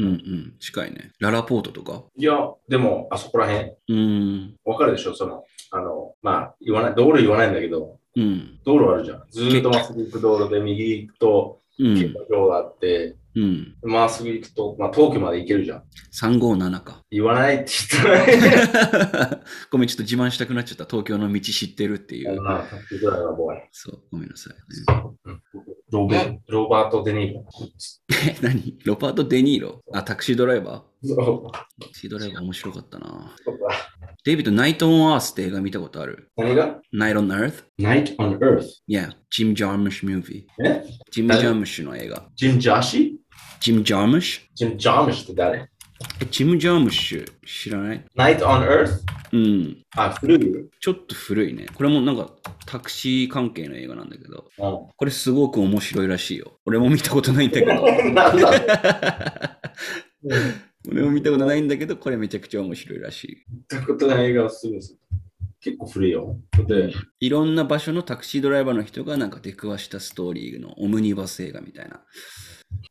[SPEAKER 1] うんうん。近いね。ララポートとか。
[SPEAKER 2] いや、でも、あそこら辺、
[SPEAKER 1] うーん。
[SPEAKER 2] わかるでしょその、あの、まあ、言わない、道路言わないんだけど、
[SPEAKER 1] うん。
[SPEAKER 2] 道路あるじゃん。ずーっとまっすぐ行く道路で、右行くと、
[SPEAKER 1] う
[SPEAKER 2] 結
[SPEAKER 1] ん。
[SPEAKER 2] 構道があって、
[SPEAKER 1] うん。
[SPEAKER 2] まっすぐ行くと、まあ、東京まで行けるじゃん。
[SPEAKER 1] 357か。
[SPEAKER 2] 言わないって言ったらね、
[SPEAKER 1] ごめん、ちょっと自慢したくなっちゃった。東京の道知ってるってい
[SPEAKER 2] あの
[SPEAKER 1] う。
[SPEAKER 2] な、タッチぐらいはボーイ。
[SPEAKER 1] そう、ごめんなさい。
[SPEAKER 2] ロベロバート・デ・ニーロ。
[SPEAKER 1] え、何ロバート・デ・ニーロあ、タクシードライバー
[SPEAKER 2] そう
[SPEAKER 1] タクシードライバー面白かったな。
[SPEAKER 2] そうだ
[SPEAKER 1] デイビッド、ナイト・オン・アースって映画見たことある
[SPEAKER 2] 何が
[SPEAKER 1] ナイト・オン・アース
[SPEAKER 2] ?Night on Earth。
[SPEAKER 1] Yeah, Jim Jarmusch movie.
[SPEAKER 2] え
[SPEAKER 1] Jim
[SPEAKER 2] 誰
[SPEAKER 1] Jarmusch の映画。
[SPEAKER 2] ジム・ジャーシ
[SPEAKER 1] Jim Jarmusch?
[SPEAKER 2] ージム・ジャーミッシュって誰
[SPEAKER 1] え、Jim Jarmusch 知らない
[SPEAKER 2] ?Night on Earth?
[SPEAKER 1] うん。
[SPEAKER 2] あ、古いよ。
[SPEAKER 1] ちょっと古いね。これもなんかタクシー関係の映画なんだけど、
[SPEAKER 2] う
[SPEAKER 1] これすごく面白いらしいよ。俺も見たことないんだけど。
[SPEAKER 2] ん。なんだ
[SPEAKER 1] 俺も見たことないんだけど、これめちゃくちゃ面白いらしい。
[SPEAKER 2] 見たことない映画をするんですよ結構古いよ。で、
[SPEAKER 1] いろんな場所のタクシードライバーの人がなんか出くわしたストーリーのオムニバス映画みたいな。だ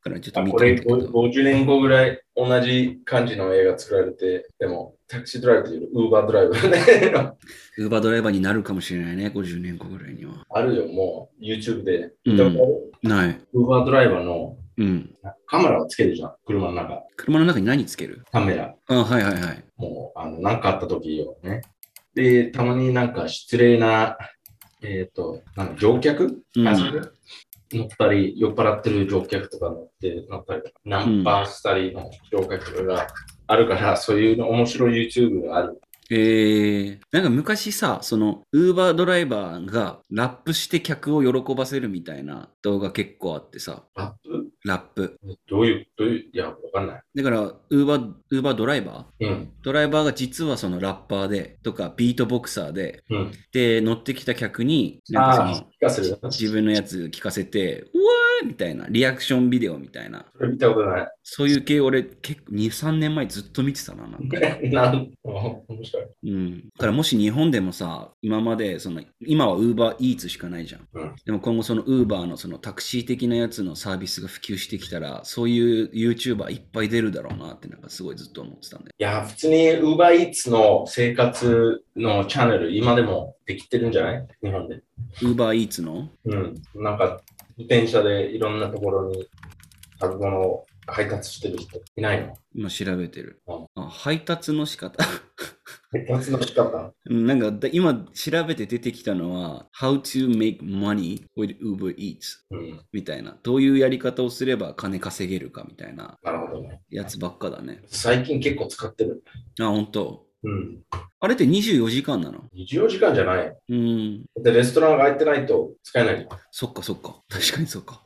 [SPEAKER 1] からちょっと
[SPEAKER 2] あ
[SPEAKER 1] 見
[SPEAKER 2] こ
[SPEAKER 1] たん
[SPEAKER 2] れ
[SPEAKER 1] だけど。
[SPEAKER 2] 50年後ぐらい同じ感じの映画作られて、でもタクシードライブというよりウーバードライブね。
[SPEAKER 1] ウーバードライバーになるかもしれないね、50年後ぐらいには。
[SPEAKER 2] あるよ、もう YouTube で。
[SPEAKER 1] うん
[SPEAKER 2] でも
[SPEAKER 1] ない。
[SPEAKER 2] ウーバードライバーの
[SPEAKER 1] うん。
[SPEAKER 2] カメラをつけるじゃん、車の中。
[SPEAKER 1] 車の中に何つける
[SPEAKER 2] カメラ。
[SPEAKER 1] あ、はいはいはい。
[SPEAKER 2] もう、あの、なんかあった時よ、ね。で、たまになんか失礼な、えっ、と、なんか乗客、
[SPEAKER 1] うん
[SPEAKER 2] あそれ乗ったり、酔っ払ってる乗客とか乗って、乗ったり、ナンパしたりの乗客があるから、そういうの面白い YouTube がある。
[SPEAKER 1] えー、なんか昔さ、その、ウーバードライバーがラップして客を喜ばせるみたいな動画結構あってさ、
[SPEAKER 2] ラップ
[SPEAKER 1] ラップ。
[SPEAKER 2] どういう、どういう、いや、わかんない。
[SPEAKER 1] だから、ウーバー、ウーバードライバー
[SPEAKER 2] うん、
[SPEAKER 1] ドライバーが実はそのラッパーで、とかビートボクサーで、
[SPEAKER 2] うん。
[SPEAKER 1] で、乗ってきた客に、なん
[SPEAKER 2] ああ、
[SPEAKER 1] か
[SPEAKER 2] 聞
[SPEAKER 1] そ
[SPEAKER 2] かせる
[SPEAKER 1] の、。自分のやつ聞かせて、うわーみたいな、リアクションビデオみたいな。
[SPEAKER 2] それ見たことない。
[SPEAKER 1] そういう系俺、結構2、3年前ずっと見てたな、なんか。
[SPEAKER 2] なん、面白い。
[SPEAKER 1] うん。だからもし日本でもさ、今まで、その、今は Uber Eats しかないじゃん。
[SPEAKER 2] うん
[SPEAKER 1] でも今後その Uber のそのタクシー的なやつのサービスが普及してきたら、そういう YouTuber いっぱい出るだろうなってなんかすごいずっと思ってたんで。
[SPEAKER 2] いや、普通に UberEats の生活のチャンネル、今でもできてるんじゃない日本で。
[SPEAKER 1] Uber Eats の
[SPEAKER 2] うん。なんか、自転車でいろんなところに食べ物を配達してる人いないの
[SPEAKER 1] 今調べてる。あ、配達の仕方。
[SPEAKER 2] 配達の仕方
[SPEAKER 1] うんなんかだ今調べて出てきたのは、How to make money with Uber Eats
[SPEAKER 2] うん。
[SPEAKER 1] みたいな。どういうやり方をすれば金稼げるかみたいな
[SPEAKER 2] なるほどね。
[SPEAKER 1] やつばっかだね。
[SPEAKER 2] 最近結構使ってる。
[SPEAKER 1] あ、本当。
[SPEAKER 2] うん。
[SPEAKER 1] あれって24時間なの
[SPEAKER 2] 24時間じゃない。
[SPEAKER 1] うん。
[SPEAKER 2] で、レストランが開いてないと使えないの。
[SPEAKER 1] そっかそっか。確かにそっか。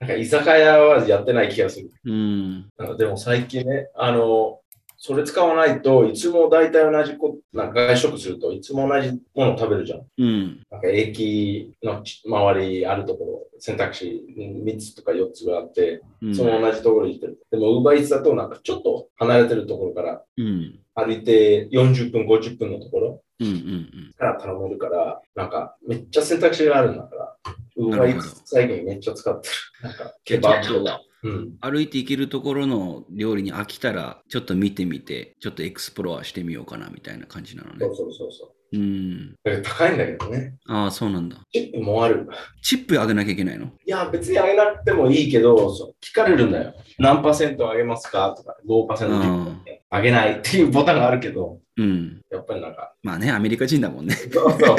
[SPEAKER 2] なんか居酒屋はやってない気がする。
[SPEAKER 1] うん。
[SPEAKER 2] なんかでも最近ね、あの、それ使わないといつも大体同じこなんか外食するといつも同じもの食べるじゃん。
[SPEAKER 1] うん。
[SPEAKER 2] なんか駅のち周りあるところ、選択肢3つとか4つがあって、
[SPEAKER 1] うん。
[SPEAKER 2] その同じところに行ってる。でも、ウーバーイーツだとなんかちょっと離れてるところから
[SPEAKER 1] うん。
[SPEAKER 2] 歩いて40分、50分のところ
[SPEAKER 1] うんうんうん。
[SPEAKER 2] から頼めるから、なんかめっちゃ選択肢があるんだから、ウー
[SPEAKER 1] な
[SPEAKER 2] バーイ
[SPEAKER 1] る
[SPEAKER 2] ー
[SPEAKER 1] ほど
[SPEAKER 2] ツ最近めっちゃ使ってる。なんかケバブとか。うん。
[SPEAKER 1] 歩いていけるところの料理に飽きたら、ちょっと見てみて、ちょっとエクスプロアしてみようかなみたいな感じなの
[SPEAKER 2] そ
[SPEAKER 1] ね
[SPEAKER 2] う。そうそうそう。
[SPEAKER 1] うん。
[SPEAKER 2] だけど高いんだけどね。
[SPEAKER 1] ああ、そうなんだ。
[SPEAKER 2] チップもある。
[SPEAKER 1] チップ上げなきゃいけないの
[SPEAKER 2] いや、別に上げなくてもいいけど、そう聞かれるんだよ。何パーセント上げますかとか、5%パーセント
[SPEAKER 1] あ
[SPEAKER 2] 上げないっていうボタンがあるけど、
[SPEAKER 1] うん。
[SPEAKER 2] やっぱりなんか、
[SPEAKER 1] まあね、アメリカ人だもんね。
[SPEAKER 2] そうそう。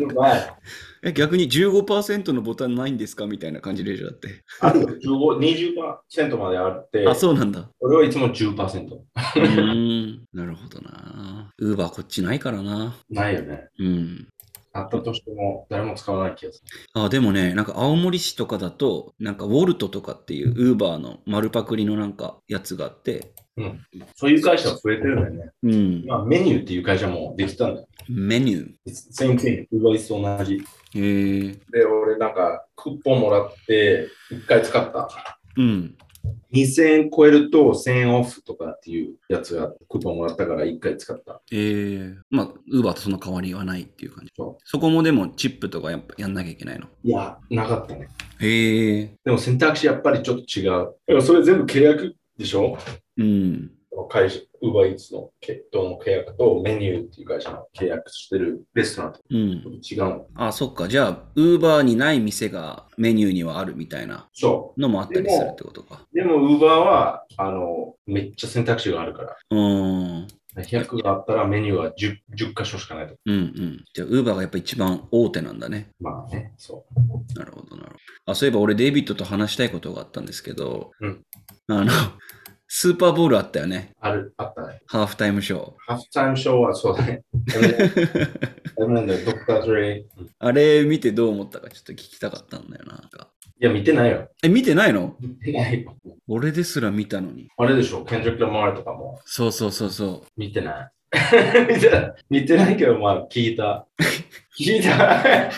[SPEAKER 2] うまい。
[SPEAKER 1] え逆に15%のボタンないんですかみたいな感じでしょだって。
[SPEAKER 2] あるよ、15 20%まであって、
[SPEAKER 1] あ、そうなんだ。
[SPEAKER 2] 俺はいつも10%。
[SPEAKER 1] うーん。なるほどな。ウーバーこっちないからな。
[SPEAKER 2] ないよね。
[SPEAKER 1] うん。
[SPEAKER 2] あったとしても、誰も使わない気がす
[SPEAKER 1] あでもね、なんか青森市とかだと、なんかウォルトとかっていうウーバーの丸パクリのなんかやつがあって、
[SPEAKER 2] る。そういう会社は増えてるんだよね。
[SPEAKER 1] うん、
[SPEAKER 2] まあ、メニューっていう会社もできたんだよ。
[SPEAKER 1] メニュ
[SPEAKER 2] same thing、ウーバーイーツと同じ。
[SPEAKER 1] ー。へえ。
[SPEAKER 2] で、俺なんか、クッポンもらって、1回使った。
[SPEAKER 1] うん。
[SPEAKER 2] 2000円超えると1000円オフとかっていうやつがクーポンもらったから1回使った。
[SPEAKER 1] ええ。まあ、ウーバーとその変わりはないっていう感じ。
[SPEAKER 2] そ
[SPEAKER 1] そこもでもチップとかやっぱやんなきゃいけないの。
[SPEAKER 2] いや、なかったね。
[SPEAKER 1] へえ。
[SPEAKER 2] でも選択肢やっぱりちょっと違う。だからそれ全部契約でしょ
[SPEAKER 1] うん。
[SPEAKER 2] この会社、ウーバーイーツの契どの契約とメニューっていう会社の契約してるレストラン
[SPEAKER 1] う
[SPEAKER 2] とちょっ
[SPEAKER 1] ん。
[SPEAKER 2] と違うの。
[SPEAKER 1] あ、そっか。じゃあ、ウーバーにない店がメニューにはあるみたいな
[SPEAKER 2] そ
[SPEAKER 1] のもあったりするってことか。
[SPEAKER 2] う。でもウーバーは、あの、めっちゃ選択肢があるから。
[SPEAKER 1] うーん。
[SPEAKER 2] 100があったらメニューは 10, 10箇所しかないと。
[SPEAKER 1] うんうん。じゃあ、ウーバーがやっぱ一番大手なんだね。
[SPEAKER 2] まあね、そ
[SPEAKER 1] なるほどなるほど。あそういえば俺デイビッドと話したいことがあったんですけど、
[SPEAKER 2] うん
[SPEAKER 1] あの スーパーボールあったよね
[SPEAKER 2] う。ある、あったね。
[SPEAKER 1] ハーフタイムショー。
[SPEAKER 2] ハーフタイムショーはそう だね。ダメなんだよ、ドクター・ドレイ。
[SPEAKER 1] あれ見てどう思ったかちょっと聞きたかったんだよな。なんか
[SPEAKER 2] いや、見てないよ。
[SPEAKER 1] え見てないの
[SPEAKER 2] 見てないよ。
[SPEAKER 1] 俺ですら見たのに。
[SPEAKER 2] あれでしょ、ケンジョク・ラマールとかも
[SPEAKER 1] そうそうそうそ
[SPEAKER 2] 見てない。 見てない。見てないけど、まあ、聞いた。聞いた。
[SPEAKER 1] う。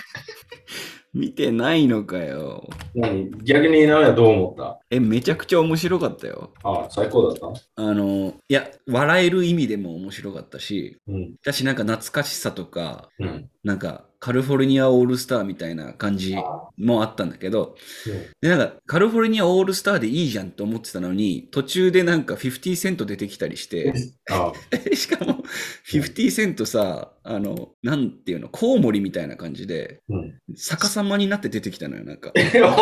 [SPEAKER 1] 見てないのかよ。
[SPEAKER 2] 何逆に井上はどう思った
[SPEAKER 1] え、めちゃくちゃ面白かったよ。
[SPEAKER 2] ああ、最高だった
[SPEAKER 1] あの、いや、笑える意味でも面白かったし、
[SPEAKER 2] うん。
[SPEAKER 1] だしなんか懐かしさとか、
[SPEAKER 2] うん。
[SPEAKER 1] なんかカリフォルニアオールスターみたいな感じ
[SPEAKER 2] あ
[SPEAKER 1] もあったんだけど、で、なんか、カリフォルニアオールスターでいいじゃんと思ってたのに、途中でなんか50セント出てきたりして、
[SPEAKER 2] あ、
[SPEAKER 1] しかも、50セントさ、あの、なんていうの、コウモリみたいな感じで、
[SPEAKER 2] うん。
[SPEAKER 1] 逆さまになって出てきたのよ、なんか。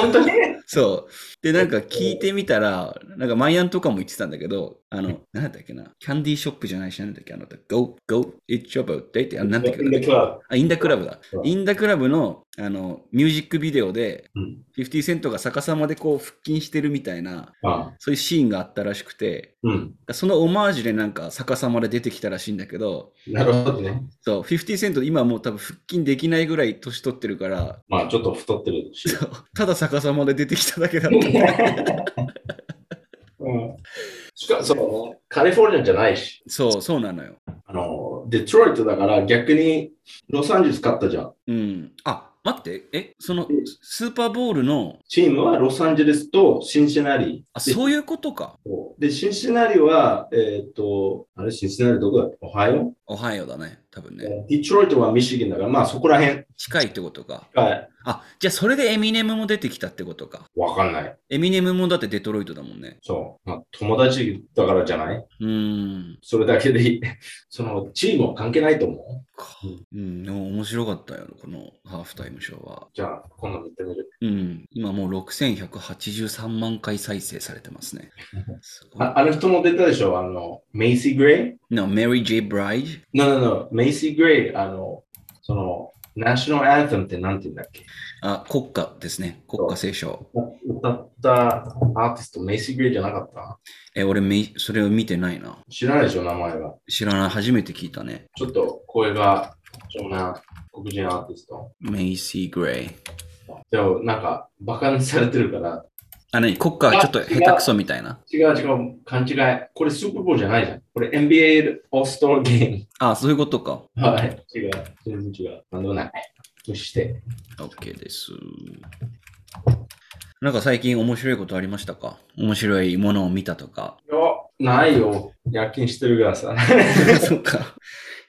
[SPEAKER 2] 本当に
[SPEAKER 1] そう。で、なんか聞いてみたら、なんかマイアンとかも言ってたんだけど、あの、なんだっけな、キャンディーショップじゃないし、なんだっけ、あの、Go, Go, It's your birthday って、あなんだっけ、
[SPEAKER 2] In the club.
[SPEAKER 1] あ、インダクラブだ。インダクラブのあのミュージックビデオで、
[SPEAKER 2] うん
[SPEAKER 1] 50セントが逆さまでこう腹筋してるみたいな、
[SPEAKER 2] ああ
[SPEAKER 1] そういうシーンがあったらしくて、
[SPEAKER 2] うん。
[SPEAKER 1] そのオマージュでなんか逆さまで出てきたらしいんだけど、
[SPEAKER 2] なるほどね。
[SPEAKER 1] そう、50セント今もう多分腹筋できないぐらい年取ってるから、
[SPEAKER 2] まあ、ちょっと太ってるし。
[SPEAKER 1] ただ逆さまで出てきただけだった。
[SPEAKER 2] うん。しかも、その、カリフォルニアじゃないし。
[SPEAKER 1] そう、そうなのよ。
[SPEAKER 2] あの、デトロイトだから逆にロサンゼルス勝ったじゃん。
[SPEAKER 1] うん。あ、待って、え、そのスーパーボールの、
[SPEAKER 2] チームはロサンゼルスとシンシナリ。
[SPEAKER 1] あ、そういうことか。
[SPEAKER 2] で、シンシナリは、えーっと、あれ、シンシナリどこだオハイオ
[SPEAKER 1] オハイオだね、多分ね。
[SPEAKER 2] デトロイトはミシガンだから、まあそこら辺
[SPEAKER 1] 近いってことか。
[SPEAKER 2] が
[SPEAKER 1] あ、じゃあそれでエミネムも出てきたってことか。
[SPEAKER 2] わかんない。
[SPEAKER 1] エミネムもだってデトロイトだもんね。
[SPEAKER 2] そう。まあ、友達だからじゃないう
[SPEAKER 1] ーん。
[SPEAKER 2] それだけでいい。 その、チームは関係ないと思う。
[SPEAKER 1] かうん、でも面白かったよ、このハーフタイムショーは。
[SPEAKER 2] じゃあ、今度見てみる。
[SPEAKER 1] うん、今もう6183万回再生されてますね。すごい
[SPEAKER 2] ああの人も出たでしょあの、メイシー・グレイ
[SPEAKER 1] な、メリー・ジェイ・ブライジ
[SPEAKER 2] No, no, no. メイシー・グレイ、あの、その、ナショナルアンセムってなんて言うんだっけ
[SPEAKER 1] あ、国歌ですね。国歌聖書。
[SPEAKER 2] 歌ったアーティスト、メイシー・グレイじゃなかった
[SPEAKER 1] え、俺めい、それを見てないな。
[SPEAKER 2] 知らないでしょ、名前は。
[SPEAKER 1] 知らない。初めて聞いたね。
[SPEAKER 2] ちょっと声が貴重な黒人アーティスト。
[SPEAKER 1] メイシー・グレイ。
[SPEAKER 2] でも、なんか、バカにされてるから、
[SPEAKER 1] あ、なに国歌ちょっと下手くそみたいな。
[SPEAKER 2] 違う違う、勘違い。これスーパーボールじゃないじゃん。これ NBA オーストロゲーム。
[SPEAKER 1] あ、そういうことか。
[SPEAKER 2] はい。違う。全然違う。なんでもない。無視して。
[SPEAKER 1] OK です。なんか最近面白いことありましたか面白いものを見たとか。
[SPEAKER 2] いや、ないよ。夜勤してるからさ。
[SPEAKER 1] そっか。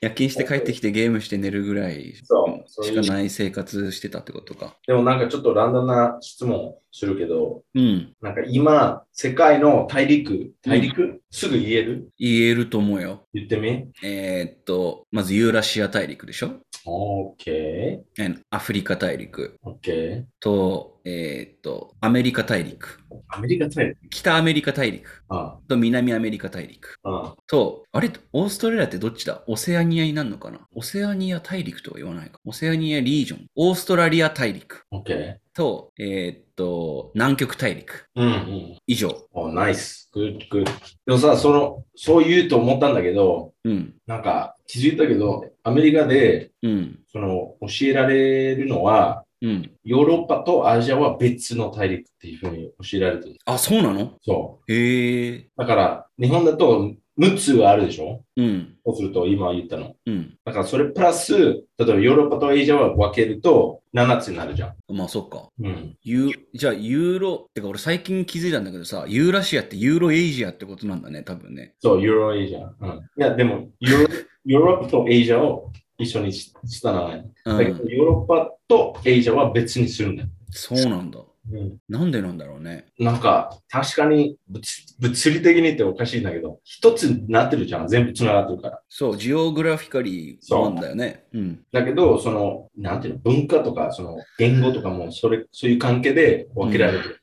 [SPEAKER 1] 夜勤して帰ってきてゲームして寝るぐらいし
[SPEAKER 2] そうそういう
[SPEAKER 1] かない生活してたってことか。
[SPEAKER 2] でもなんかちょっとランダムな質問するけど、
[SPEAKER 1] うん。
[SPEAKER 2] なんか今、世界の大陸、大陸、すぐ言える
[SPEAKER 1] 言えると思うよ。
[SPEAKER 2] 言ってみ。
[SPEAKER 1] えーっと、まずユーラシア大陸でしょ
[SPEAKER 2] OK。
[SPEAKER 1] And アフリカ大陸
[SPEAKER 2] OK。
[SPEAKER 1] と、えーっと、アメリカ大陸。
[SPEAKER 2] アメリカ大陸。
[SPEAKER 1] 北アメリカ大陸
[SPEAKER 2] あ
[SPEAKER 1] と南アメリカ大陸。
[SPEAKER 2] あ、ああ。
[SPEAKER 1] と、あれ、オーストラリアってどっちだオセアニアになるのかなオセアニア大陸とは言わないか。オセアニアリージョン。オーストラリア大陸
[SPEAKER 2] OK。
[SPEAKER 1] と、えーっと、南極大陸。
[SPEAKER 2] うんうん。
[SPEAKER 1] 以上。
[SPEAKER 2] お、ナイス。グッグッ。でもさ、その、そう言うと思ったんだけど、
[SPEAKER 1] うん。
[SPEAKER 2] なんか気づいたけど、アメリカで、
[SPEAKER 1] うん。
[SPEAKER 2] その、教えられるのは、
[SPEAKER 1] うん。
[SPEAKER 2] ヨーロッパとアジアは別の大陸っていうふうに教えられてる。
[SPEAKER 1] あ、そうなの
[SPEAKER 2] そ
[SPEAKER 1] へえ。
[SPEAKER 2] う。だから、日本だと6つがあるでしょ
[SPEAKER 1] うん。
[SPEAKER 2] そうすると、今言ったの。
[SPEAKER 1] うん。
[SPEAKER 2] だからそれプラス、例えばヨーロッパとアジアは分けると7つになるじゃん。
[SPEAKER 1] まあ、そっか。
[SPEAKER 2] うん。
[SPEAKER 1] ユーじゃあ、ユーロ、てか俺最近気づいたんだけどさ、ユーラシアってユーロエイジアってことなんだね、多分ね。
[SPEAKER 2] そう、ユーロアジア。うん。いや、でもヨーロ、 ヨーロッパとアジアを一緒にししたらない。
[SPEAKER 1] う
[SPEAKER 2] だけど、
[SPEAKER 1] ん。
[SPEAKER 2] ヨーロッパとアジアは別にするんだよ。
[SPEAKER 1] そうなんだ。
[SPEAKER 2] うん。
[SPEAKER 1] なんでなんだろうね。
[SPEAKER 2] なんか、確かに物物理的にっておかしいんだけど、一つになってるじゃん。全部つながってるから。
[SPEAKER 1] そう、ジオグラフィカリーなんだよね。うん。
[SPEAKER 2] だけど、その、なんていうの、文化とか、その、言語とかも、それ、そういう関係で分けられてる。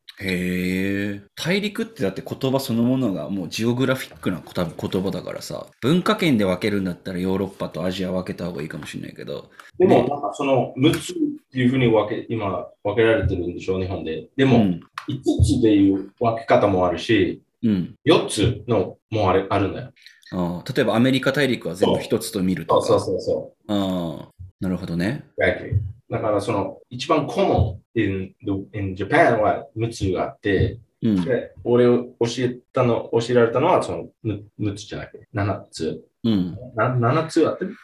[SPEAKER 1] へえ。大陸ってだって言葉そのものがもうジオグラフィックな言葉言葉だからさ、文化圏で分けるんだったらヨーロッパとアジア分けた方がいいかもしれないけど、
[SPEAKER 2] でも、なんかその6つっていうふうに分け、今分けられてるんでしょう、日本で。で
[SPEAKER 1] う
[SPEAKER 2] も、
[SPEAKER 1] ん。
[SPEAKER 2] 5つでいう分け方もあるし、
[SPEAKER 1] うん。
[SPEAKER 2] 4つのもあれあるんだよ。
[SPEAKER 1] あー例えばアメリカ大陸は全部一つと見るとか。
[SPEAKER 2] そうそ
[SPEAKER 1] ああ、なるほどね。
[SPEAKER 2] う。Exactly. だから、その、一番 common in, the- in Japan は6つがあって、
[SPEAKER 1] うん。
[SPEAKER 2] で、俺を教えたの、教えられたのは、そのむ6つじゃなくて、7つ。
[SPEAKER 1] うん。
[SPEAKER 2] な7つあってる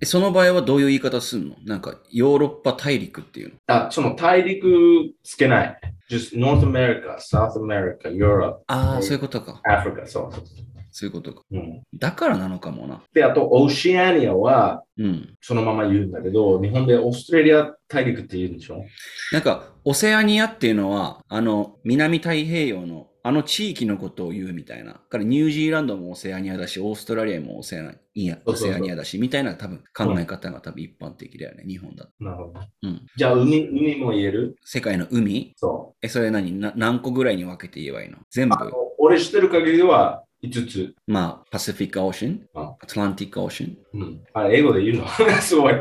[SPEAKER 1] えその場合はどういう言い方すんのなんか、ヨーロッパ大陸っていうの。
[SPEAKER 2] あ、その大陸つけない。just North America, South America, Europe,
[SPEAKER 1] あ
[SPEAKER 2] は
[SPEAKER 1] あ、
[SPEAKER 2] い
[SPEAKER 1] そういうことか。
[SPEAKER 2] Africa, そうそうそ
[SPEAKER 1] そういうことか。
[SPEAKER 2] う。うん
[SPEAKER 1] だからなのかもな。
[SPEAKER 2] で、あと、オシアニアは
[SPEAKER 1] うん。
[SPEAKER 2] そのまま言うんだけど、日本でオーストラリア大陸って言うんでしょ
[SPEAKER 1] なんか、オセアニアっていうのは、あの、南太平洋の、あの地域のことを言うみたいな。だから、ニュージーランドもオセアニアだし、オーストラリアもオセアニア
[SPEAKER 2] そ
[SPEAKER 1] オ
[SPEAKER 2] うそうそう
[SPEAKER 1] セアニアだし、みたいな多分考え方が多分一般的だよね、日本だと。
[SPEAKER 2] なるほど。
[SPEAKER 1] うん。
[SPEAKER 2] じゃあ、海、海も言える
[SPEAKER 1] 世界の海
[SPEAKER 2] そ
[SPEAKER 1] え、それ何な何個ぐらいに分けて言えばいいの全部
[SPEAKER 2] う。あ。の俺知ってる限りでは5つ。
[SPEAKER 1] まあ、パシフィックオーシャン
[SPEAKER 2] あ、
[SPEAKER 1] アトランティックオーシャン、
[SPEAKER 2] うん。あれ、英語で言うの すごい。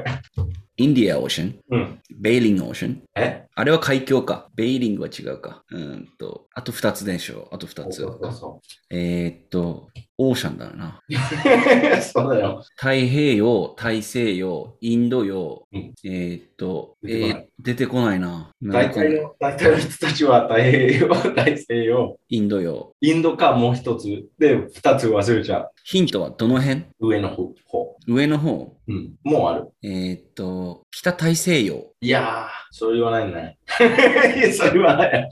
[SPEAKER 1] イ India Ocean、
[SPEAKER 2] うん。
[SPEAKER 1] Bailing Ocean。
[SPEAKER 2] え
[SPEAKER 1] あれは海峡か。ベイリングは違うか。うーんと、あと2つでしょう。あと2つ。
[SPEAKER 2] そうそう そ
[SPEAKER 1] えーっと、オーシャンだよな。
[SPEAKER 2] う。そうだよ。
[SPEAKER 1] 太平洋、大西洋、インド洋、
[SPEAKER 2] うん
[SPEAKER 1] えーっと、え
[SPEAKER 2] 出てこな
[SPEAKER 1] ー出てこな
[SPEAKER 2] い
[SPEAKER 1] いな。
[SPEAKER 2] 大体の、大体の人たちは太平洋、大西洋、
[SPEAKER 1] インド洋。
[SPEAKER 2] インドかもう一つで、二つ忘れちゃ
[SPEAKER 1] ヒントはどの辺
[SPEAKER 2] う。上の方。方
[SPEAKER 1] 上の方。
[SPEAKER 2] うん。もうある。
[SPEAKER 1] えーっと、北大西洋。
[SPEAKER 2] いやー、それ言わないね。いや それ言わない。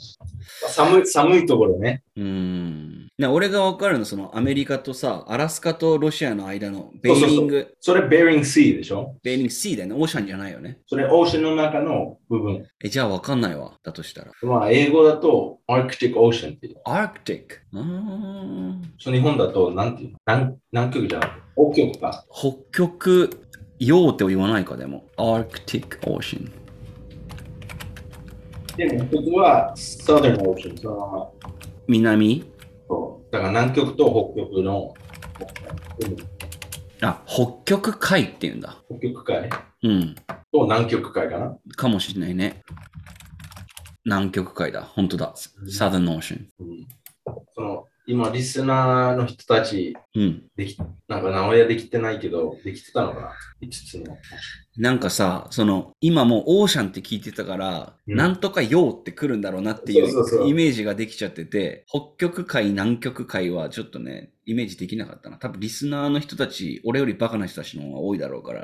[SPEAKER 2] 寒い、寒いところね。
[SPEAKER 1] うーん。な俺がわかるの、そのアメリカとさ、アラスカとロシアの間のベ
[SPEAKER 2] そう
[SPEAKER 1] イ
[SPEAKER 2] そうそう
[SPEAKER 1] リング、
[SPEAKER 2] それ、ベーリングシーでしょ
[SPEAKER 1] ベイリングシーだよね。オーシャンじゃないよね。
[SPEAKER 2] それ、オーシャンの中の部分。
[SPEAKER 1] え、じゃあわかんないわ。だとしたら。
[SPEAKER 2] まあ、英語だと、アークティックオーシャンっていう。
[SPEAKER 1] アークティック。うーん。
[SPEAKER 2] その日本だと、なんていうの南南極じゃん。北極か。
[SPEAKER 1] 北極洋って言わないか、でも。アークティックオーシャン。
[SPEAKER 2] でも、一つは、サウ t ンオーシャン。そのまま。
[SPEAKER 1] 南
[SPEAKER 2] そう。だから、南極と北極の、うん
[SPEAKER 1] あ、北極海って言うんだ。
[SPEAKER 2] 北極海
[SPEAKER 1] うん。
[SPEAKER 2] と南極海かな。
[SPEAKER 1] かもしれないね。南極海だ。本当だ。Southern Ocean。
[SPEAKER 2] うん。その、今、リスナーの人たち、
[SPEAKER 1] うん。
[SPEAKER 2] でき、なんか名古屋できてないけど、できてたのかな ?5 つの。
[SPEAKER 1] なんかさ、その、今もうオーシャンって聞いてたから、
[SPEAKER 2] うん
[SPEAKER 1] なんとか洋って来るんだろうなってい
[SPEAKER 2] そうそうそう
[SPEAKER 1] うイメージができちゃってて、北極海、南極海はちょっとね、イメージできなかったな。多分リスナーの人たち、俺よりバカな人たちの方が多いだろう から、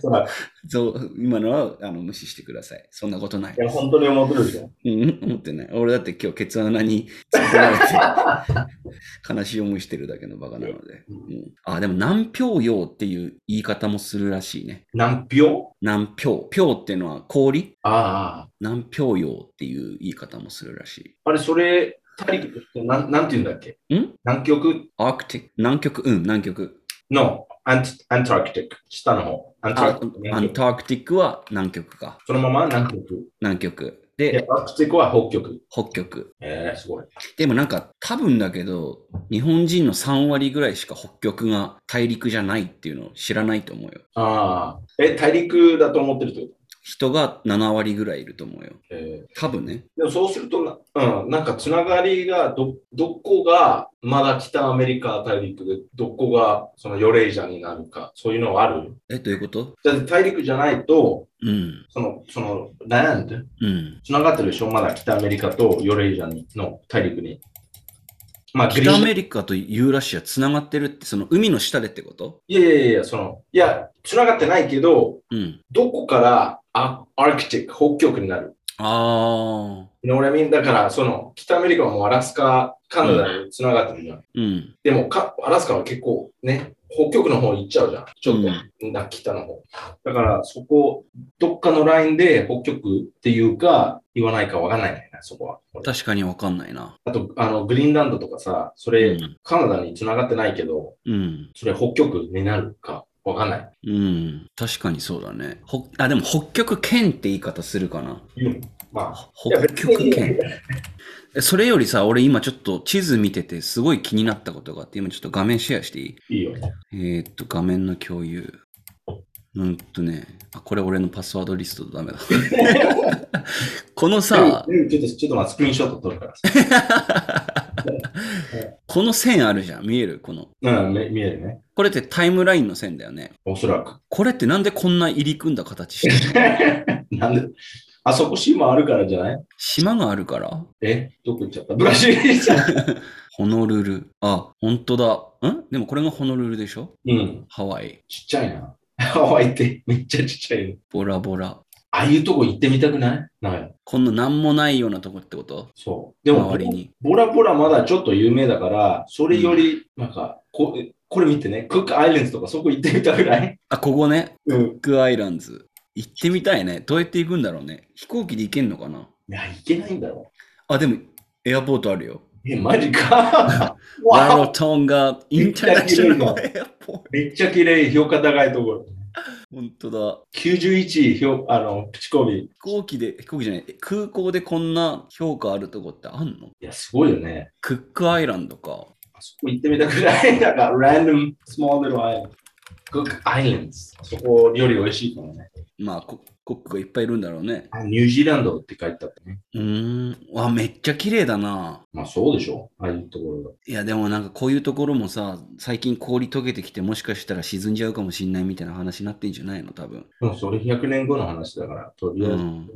[SPEAKER 2] そう
[SPEAKER 1] そう今のはあの無視してください。そんなことない
[SPEAKER 2] いや、本当に思ってるじゃん。
[SPEAKER 1] うん、思ってない。俺だって今日ケツ穴に突っ込まれて、悲しい思いしてるだけのバカなので。
[SPEAKER 2] う
[SPEAKER 1] うん、あ、でも、南氷洋っていう言い方もするらしいね。
[SPEAKER 2] 何票
[SPEAKER 1] 南氷。氷っていうのは氷
[SPEAKER 2] ああ。
[SPEAKER 1] 南氷洋っていう言い方もするらし
[SPEAKER 2] あれ、それ、大陸ってなん、なんて言うんだっけ
[SPEAKER 1] い。ん
[SPEAKER 2] 南極
[SPEAKER 1] アークティック。南極うん、南極。
[SPEAKER 2] のアントアンタークティック。下の方。アンター
[SPEAKER 1] あ
[SPEAKER 2] クテ
[SPEAKER 1] ア
[SPEAKER 2] ィック南
[SPEAKER 1] ン
[SPEAKER 2] 極。
[SPEAKER 1] タークティックは南極か。
[SPEAKER 2] そのまま南極。
[SPEAKER 1] 南極。
[SPEAKER 2] で
[SPEAKER 1] で、、
[SPEAKER 2] アークティックは北極。
[SPEAKER 1] 北極。
[SPEAKER 2] ええすごい。
[SPEAKER 1] でもなんか多分だけど、日本人の3割ぐらいしか北極が大陸じゃないっていうのを知らないと思うよ。
[SPEAKER 2] ああ。え、大陸だと思ってるってこ
[SPEAKER 1] 人が7割ぐらいいると思うよ。
[SPEAKER 2] とええ
[SPEAKER 1] 多分ね。
[SPEAKER 2] でもそうするとな、うん、なんかつながりがど、どこがまだ北アメリカ大陸で、どこがそのヨレイジャーになるか、そういうのはある
[SPEAKER 1] え、どういうこと
[SPEAKER 2] だって大陸じゃないと、
[SPEAKER 1] うん。
[SPEAKER 2] その、その、ランド、
[SPEAKER 1] うん。
[SPEAKER 2] つながってるでしょまだ北アメリカとヨレイジャーの大陸に。まあ、グリー
[SPEAKER 1] 北ア
[SPEAKER 2] ン
[SPEAKER 1] メリカとユーラシアつながってるって、その海の下でってこと
[SPEAKER 2] いやいやいや、その、いや、つながってないけど、
[SPEAKER 1] うん。
[SPEAKER 2] どこからアアークティック、北極になる。
[SPEAKER 1] ああ。
[SPEAKER 2] You know what I mean? だから、その、北アメリカはもうアラスカ、カナダにつながってるじゃん。
[SPEAKER 1] うん。
[SPEAKER 2] でもか、アラスカは結構ね、北極の方行っちゃうじゃん。ちょっと、
[SPEAKER 1] うん
[SPEAKER 2] な北の方。だから、そこ、どっかのラインで北極っていうか、言わないかわかんないね、そこは。
[SPEAKER 1] 確かにわかんないな。
[SPEAKER 2] あと、あの、グリーンランドとかさ、そうれ、
[SPEAKER 1] ん。
[SPEAKER 2] カナダに繋がってないけど、
[SPEAKER 1] うん。
[SPEAKER 2] それ北極になるか、わかんない。
[SPEAKER 1] うん。確かにそうだね。ほあ、でも北極圏って言い方するかな。
[SPEAKER 2] うん。まあ、
[SPEAKER 1] 北極
[SPEAKER 2] いや
[SPEAKER 1] 圏。えそれよりさ、俺今ちょっと地図見ててすごい気になったことがあって、今ちょっと画面シェアしていい
[SPEAKER 2] いいよ。
[SPEAKER 1] えー、っと、画面の共有。うんとね、あ、これ俺のパスワードリストだダメだ。 このさ、
[SPEAKER 2] うんちょっと、ちょっとまあ、スクリーンショット撮るからさ。
[SPEAKER 1] この線あるじゃん、見えるこの。
[SPEAKER 2] うん、見見えるね。
[SPEAKER 1] これってタイムラインの線だよね。
[SPEAKER 2] おそらく。
[SPEAKER 1] これってなんでこんな入り組んだ形してるの
[SPEAKER 2] なんで、あそこ島あるからじゃない
[SPEAKER 1] 島があるから
[SPEAKER 2] え、どこ行っちゃったブラジル行っちゃった。
[SPEAKER 1] ホノルル。あ、本当だ。んでもこれがホノルルでしょ
[SPEAKER 2] うん、
[SPEAKER 1] ハワイ、
[SPEAKER 2] ちっちゃいな。ハワイって、めっちゃちっちゃいの。
[SPEAKER 1] ボラボラ。
[SPEAKER 2] ああいうとこ行ってみたくないなんか、
[SPEAKER 1] こんな何もないようなとこってこと
[SPEAKER 2] そう。でも、
[SPEAKER 1] 周りに。
[SPEAKER 2] ボラボラまだちょっと有名だから、それより、なんか、ここれ見てね、クックアイランズとかそこ行ってみたくない
[SPEAKER 1] あ、ここね。
[SPEAKER 2] うん。
[SPEAKER 1] ビッグアイランズ。行ってみたいね。どうやって行くんだろうね。飛行機で行けんのかない
[SPEAKER 2] や、行けないんだろ
[SPEAKER 1] あ、でも、エアポートあるよ。
[SPEAKER 2] う。え、マジ か。
[SPEAKER 1] ラ
[SPEAKER 2] わ
[SPEAKER 1] ロ
[SPEAKER 2] あ
[SPEAKER 1] トンガインターナショナルエアポート。
[SPEAKER 2] めっちゃ綺麗、評価高いところ。
[SPEAKER 1] 本当だ。
[SPEAKER 2] 91、評あの、口コミ。い
[SPEAKER 1] 飛行機で、飛行機じゃない、空港でこんな評価あるとこってあんの
[SPEAKER 2] や、すごいよね。
[SPEAKER 1] クックアイランドか。
[SPEAKER 2] あそこ行ってみたくないなんか、ランダム、スモールアイランド。 Cook Islands。そこより美味しいからね。
[SPEAKER 1] まあ、ココックがいっぱいいるんだろうね。
[SPEAKER 2] あニュージーランドって書いてあったね。
[SPEAKER 1] うーん。わ、めっちゃ綺麗だな。
[SPEAKER 2] まあそうでしょ。ああいうところが。
[SPEAKER 1] いや、でもなんかこういうところもさ、最近氷溶けてきて、もしかしたら沈んじゃうかもしんないみたいな話になってんじゃないの多分。
[SPEAKER 2] でもそれ100年後の話だから、とりあえ
[SPEAKER 1] う
[SPEAKER 2] ず。す
[SPEAKER 1] ん。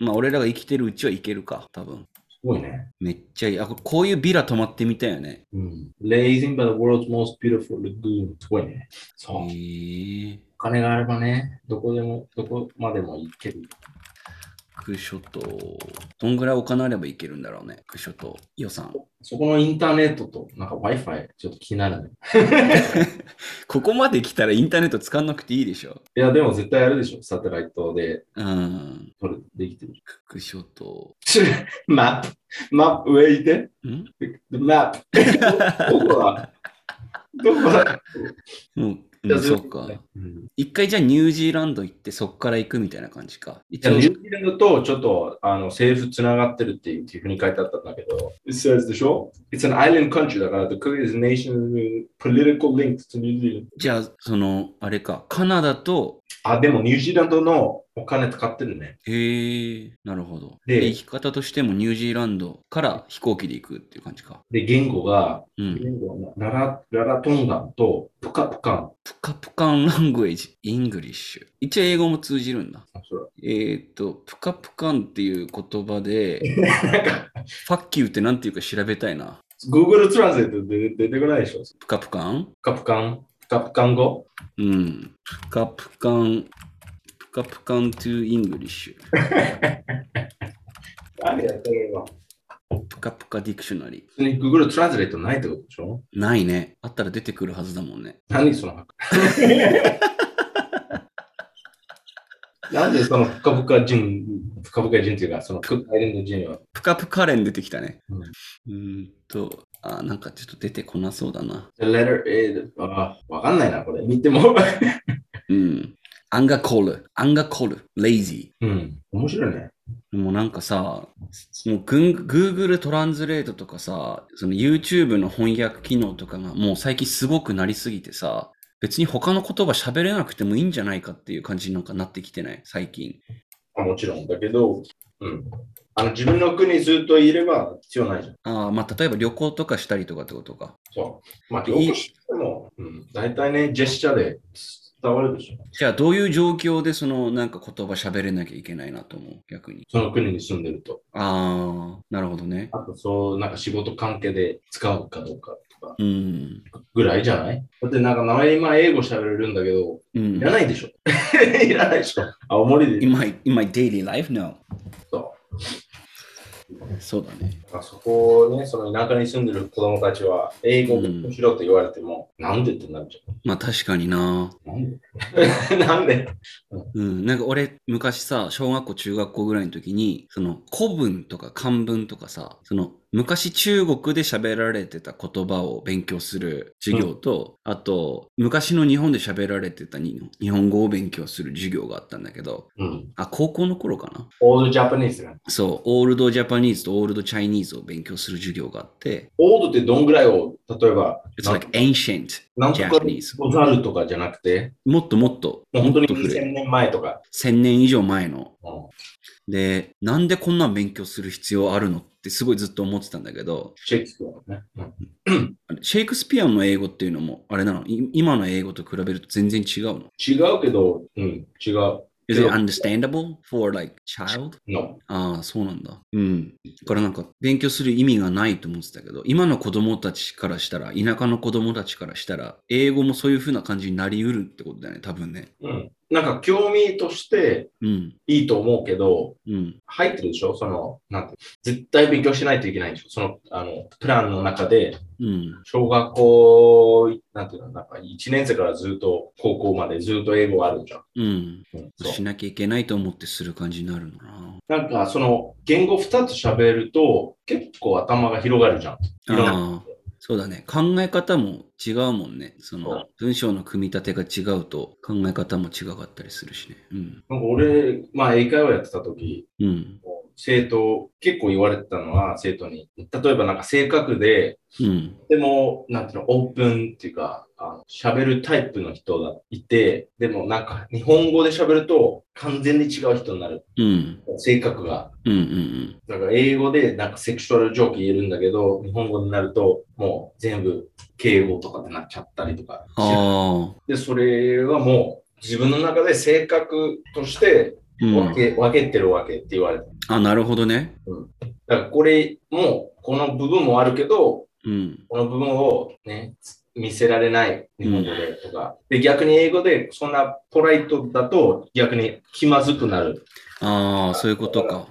[SPEAKER 1] まあ、俺らが生きてるうちはいけるか、多分。
[SPEAKER 2] ごいね。
[SPEAKER 1] めっちゃいい。あ、ここういうビラ泊まってみたいよね。
[SPEAKER 2] うん。Lazing by the world's most beautiful lagoon。すごいね。そう。
[SPEAKER 1] へえ。
[SPEAKER 2] お金があればね、どこでも、どこまでも行ける。
[SPEAKER 1] ク諸島。どんぐらいお金あればいけるんだろうね。ク諸島。予算。
[SPEAKER 2] そこのインターネットと、なんか Wi-Fi、ちょっと気になるね。
[SPEAKER 1] ここまで来たらインターネット使わなくていいでしょ。
[SPEAKER 2] いや、でも絶対あるでしょ。サテライトで
[SPEAKER 1] うん。
[SPEAKER 2] 撮る、できてる。
[SPEAKER 1] ク諸島。
[SPEAKER 2] マップ、マップ、上行って。
[SPEAKER 1] ん
[SPEAKER 2] マップ。どこだどこだ、
[SPEAKER 1] うん、
[SPEAKER 2] いや
[SPEAKER 1] うんそうか。
[SPEAKER 2] うん
[SPEAKER 1] 一回じゃあニュージーランド行ってそっから行くみたいな感じか。
[SPEAKER 2] い
[SPEAKER 1] 一
[SPEAKER 2] や
[SPEAKER 1] 応
[SPEAKER 2] ニュージーランドとちょっとあの政府つながってるっていうふうに書いてあったんだけど。It says でしょ ?It's an island country だから、the cook is a nation with political links to New Zealand.
[SPEAKER 1] じゃあそのあれかカナダと
[SPEAKER 2] あ、でもニュージーランドのお金使ってるね。
[SPEAKER 1] へえなるほど。
[SPEAKER 2] で
[SPEAKER 1] で行き方としてもニュージーランドから飛行機で行くっていう感じか。
[SPEAKER 2] で、言語が、
[SPEAKER 1] うん。
[SPEAKER 2] 言語はなララララトンガンとプカプカン。
[SPEAKER 1] プカプカンラングエージ、イングリッシュ。一応英語も通じるんだ。
[SPEAKER 2] あそ
[SPEAKER 1] えっ、ー、と、プカプカンっていう言葉 で、
[SPEAKER 2] れなんか、
[SPEAKER 1] ファッキューってなんていうか調べたいな。
[SPEAKER 2] Google Translate で出てこないでしょ
[SPEAKER 1] プカプカン
[SPEAKER 2] プカプカン、プカプカン語
[SPEAKER 1] うん。プカプカン、プカプカン to イングリッシュ。
[SPEAKER 2] 何やってるの
[SPEAKER 1] プカプカディクショナリ
[SPEAKER 2] 普通に Google Translate ないってことでしょ
[SPEAKER 1] ー。ないね。あったら出てくるはずだもんね。
[SPEAKER 2] 何その博なんでそのプカプカ人、プカプカ人っていうか、そのプカイレンド人は。
[SPEAKER 1] プカプカレン出てきたね。うーんと、あ、なんかちょっと出てこなそうだな。
[SPEAKER 2] The letter A あ、わかんないな、これ。見ても。
[SPEAKER 1] うん。アンガコール、アンガコール、レイジ
[SPEAKER 2] うん、面白いね。
[SPEAKER 1] ー。もうなんかさ、もうグン Google トランスレートとかさ、その YouTube の翻訳機能とかがもう最近すごくなりすぎてさ、別に他の言葉喋れなくてもいいんじゃないかっていう感じになんかなってきてない最近。
[SPEAKER 2] あもちろんだけど、うん、あの自分の国ずっといれば必要ないじゃん。
[SPEAKER 1] ああ、まあ例えば旅行とかしたりとかってことか。
[SPEAKER 2] そう。まあ、
[SPEAKER 1] い
[SPEAKER 2] 旅行しても、うん、大体ね、ジェスチャーで伝わるでしょ。
[SPEAKER 1] じゃあどういう状況でそのなんか言葉喋れなきゃいけないなと思う逆に。
[SPEAKER 2] その国に住んでると。
[SPEAKER 1] ああ、なるほどね。
[SPEAKER 2] あと、そう、なんか仕事関係で使うかどうかとか
[SPEAKER 1] うん。
[SPEAKER 2] ぐらいじゃないだってなんか名前今英語喋れるんだけど、
[SPEAKER 1] う
[SPEAKER 2] い
[SPEAKER 1] ん
[SPEAKER 2] らないでしょ。 いらないでしょ。青森で
[SPEAKER 1] In my, in my daily life? No.
[SPEAKER 2] そ
[SPEAKER 1] そうだね。
[SPEAKER 2] あそこをね、その田舎に住んでる子供たちは、英語をしろと言われても、なんでってなるじ
[SPEAKER 1] まあ確かにな。
[SPEAKER 2] ゃん。なんで なんで
[SPEAKER 1] うん。なんか俺、昔さ、小学校、中学校ぐらいの時に、その古文とか漢文とかさ、その昔中国で喋られてた言葉を勉強する授業と、あと昔の日本で喋られてたに日本語を勉強する授業があったんだけど、
[SPEAKER 2] うん。
[SPEAKER 1] あ、高校の頃かな。
[SPEAKER 2] オールジャパニーズね。
[SPEAKER 1] そう、オールドジャパニーズとオールドチャイニーズを勉強する授業があって、
[SPEAKER 2] オールってどんぐらいを、例えば、
[SPEAKER 1] It's like ancient
[SPEAKER 2] なんとか
[SPEAKER 1] Japanese.
[SPEAKER 2] ござるとかじゃなくて、
[SPEAKER 1] もっともっと、
[SPEAKER 2] もう
[SPEAKER 1] もっ
[SPEAKER 2] 本当に
[SPEAKER 1] と古い。
[SPEAKER 2] 2000年前とか。
[SPEAKER 1] 1000年以上前の。
[SPEAKER 2] うん
[SPEAKER 1] で、なんでこんなん勉強する必要あるのってすごいずっと思ってたんだけど、
[SPEAKER 2] シェイクスピアね。うん
[SPEAKER 1] シェイクスピアの英語っていうのも、あれなのい今の英語と比べると全然違うの。
[SPEAKER 2] 違うけど、うん、違う。
[SPEAKER 1] Is it
[SPEAKER 2] 違う
[SPEAKER 1] understandable for like child?
[SPEAKER 2] No.
[SPEAKER 1] ああ、そうなんだ。うん。だからなんか勉強する意味がないと思ってたけど、今の子供たちからしたら、田舎の子供たちからしたら、英語もそういう風な感じになりうるってことだよね、多分ね。
[SPEAKER 2] うん。なんか興味として
[SPEAKER 1] うん。
[SPEAKER 2] いいと思うけど、
[SPEAKER 1] うん。
[SPEAKER 2] 入ってるでしょその、なんて、絶対勉強しないといけないんでしょその、あの、プランの中で、
[SPEAKER 1] うん。
[SPEAKER 2] 小学校、なんていうの、なんか1年生からずっと高校までずっと英語あるじゃん。
[SPEAKER 1] うん。
[SPEAKER 2] うん、そう
[SPEAKER 1] しなきゃいけないと思ってする感じになるのかな。
[SPEAKER 2] なんかその言語2つ喋ると結構頭が広がるじゃん。いろんな
[SPEAKER 1] ああ、そうだね。考え方も違うもんね。そ
[SPEAKER 2] そ
[SPEAKER 1] の
[SPEAKER 2] う
[SPEAKER 1] 文章の組み立てが違うと考え方も違かったりするしね。うん。
[SPEAKER 2] なんか俺、まあ英会話やってた時、
[SPEAKER 1] うん。
[SPEAKER 2] もう生徒、結構言われてたのは、生徒に、例えばなんか性格で、
[SPEAKER 1] うん。
[SPEAKER 2] でも、なんていうの、オープンっていうか、あの喋るタイプの人がいて、でもなんか、日本語で喋ると完全に違う人になる、
[SPEAKER 1] うん。
[SPEAKER 2] 性格が。
[SPEAKER 1] うん。うん。
[SPEAKER 2] だから、英語でなんかセクシュアルジョーク言えるんだけど、日本語になると、もう全部敬語とかってなっちゃったりとかして。
[SPEAKER 1] ああ。
[SPEAKER 2] で、それはもう、自分の中で性格として
[SPEAKER 1] う
[SPEAKER 2] 分
[SPEAKER 1] ん。
[SPEAKER 2] け,、分けてるわけって言われた。
[SPEAKER 1] あ、なるほどね。
[SPEAKER 2] だからこれも、この部分もあるけど、
[SPEAKER 1] うん。
[SPEAKER 2] この部分をね、見せられない日本語でとか、で、逆に英語でそんなポライトだと逆に気まずくなる。
[SPEAKER 1] ああ、そういうことか。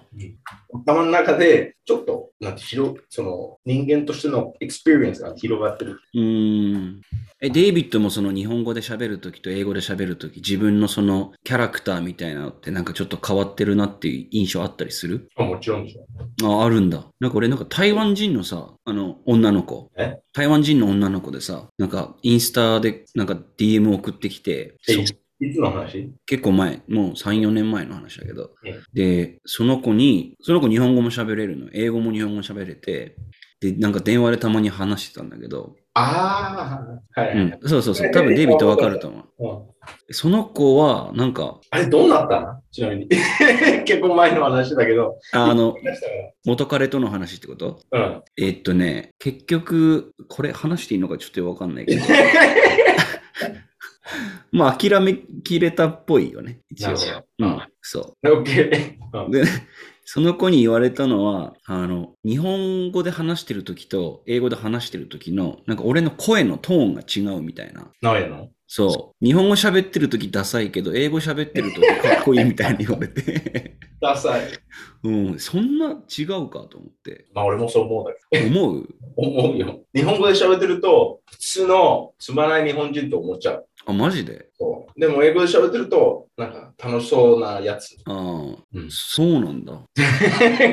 [SPEAKER 2] 頭の中でちょっと、なんて広、その人間としてのエクスペリエンスが広がってる。
[SPEAKER 1] うーん。え、デイビッドもその日本語で喋るときと英語で喋るとき、自分のそのキャラクターみたいなのってなんかちょっと変わってるなっていう印象あったりする
[SPEAKER 2] あもちろんでしょ。
[SPEAKER 1] あ、あるんだ。なんか俺なんか台湾人のさ、あの、女の子
[SPEAKER 2] え。
[SPEAKER 1] 台湾人の女の子でさ、なんかインスタでなんか DM 送ってきて、
[SPEAKER 2] え
[SPEAKER 1] そ
[SPEAKER 2] いつの話
[SPEAKER 1] 結構前、もう3、4年前の話だけど
[SPEAKER 2] うん、
[SPEAKER 1] で、その子に、その子日本語も喋れるの、英語も日本語喋れて、で、なんか電話でたまに話してたんだけど、
[SPEAKER 2] ああ、はい、はいはい
[SPEAKER 1] うん、そうそうそう、多分デイビッドわかると思う。
[SPEAKER 2] うん
[SPEAKER 1] その子は、なんか、
[SPEAKER 2] あれ、どうなったのちなみに。 結構前の話だけど。
[SPEAKER 1] あの、
[SPEAKER 2] 出した
[SPEAKER 1] 元彼との話ってこと
[SPEAKER 2] からうん。
[SPEAKER 1] えっとね、結局、これ話していいのかちょっとわかんない けど、まあ、諦めきれたっぽいよね、一応
[SPEAKER 2] なるほど。
[SPEAKER 1] うん、そう。
[SPEAKER 2] オッケ ー。うん
[SPEAKER 1] で、その子に言われたのは、あの、日本語で話してる時と、英語で話してる時の、なんか俺の声のトーンが違うみたいな。
[SPEAKER 2] 何やの
[SPEAKER 1] そう。日本語喋ってる時ダサいけど、英語喋ってる時かっこいいみたいに言われて。
[SPEAKER 2] ダサい。
[SPEAKER 1] うん、そんな違うかと思って。
[SPEAKER 2] まあ、俺もそう思うだけ
[SPEAKER 1] 思う
[SPEAKER 2] ど。思うよ。日本語で喋ってると、普通のつまらない日本人と思っちゃう。
[SPEAKER 1] あ、マジで
[SPEAKER 2] そうでも、英語で喋ってると、なんか楽しそうなやつ。
[SPEAKER 1] ああ、
[SPEAKER 2] うん
[SPEAKER 1] そうなんだ。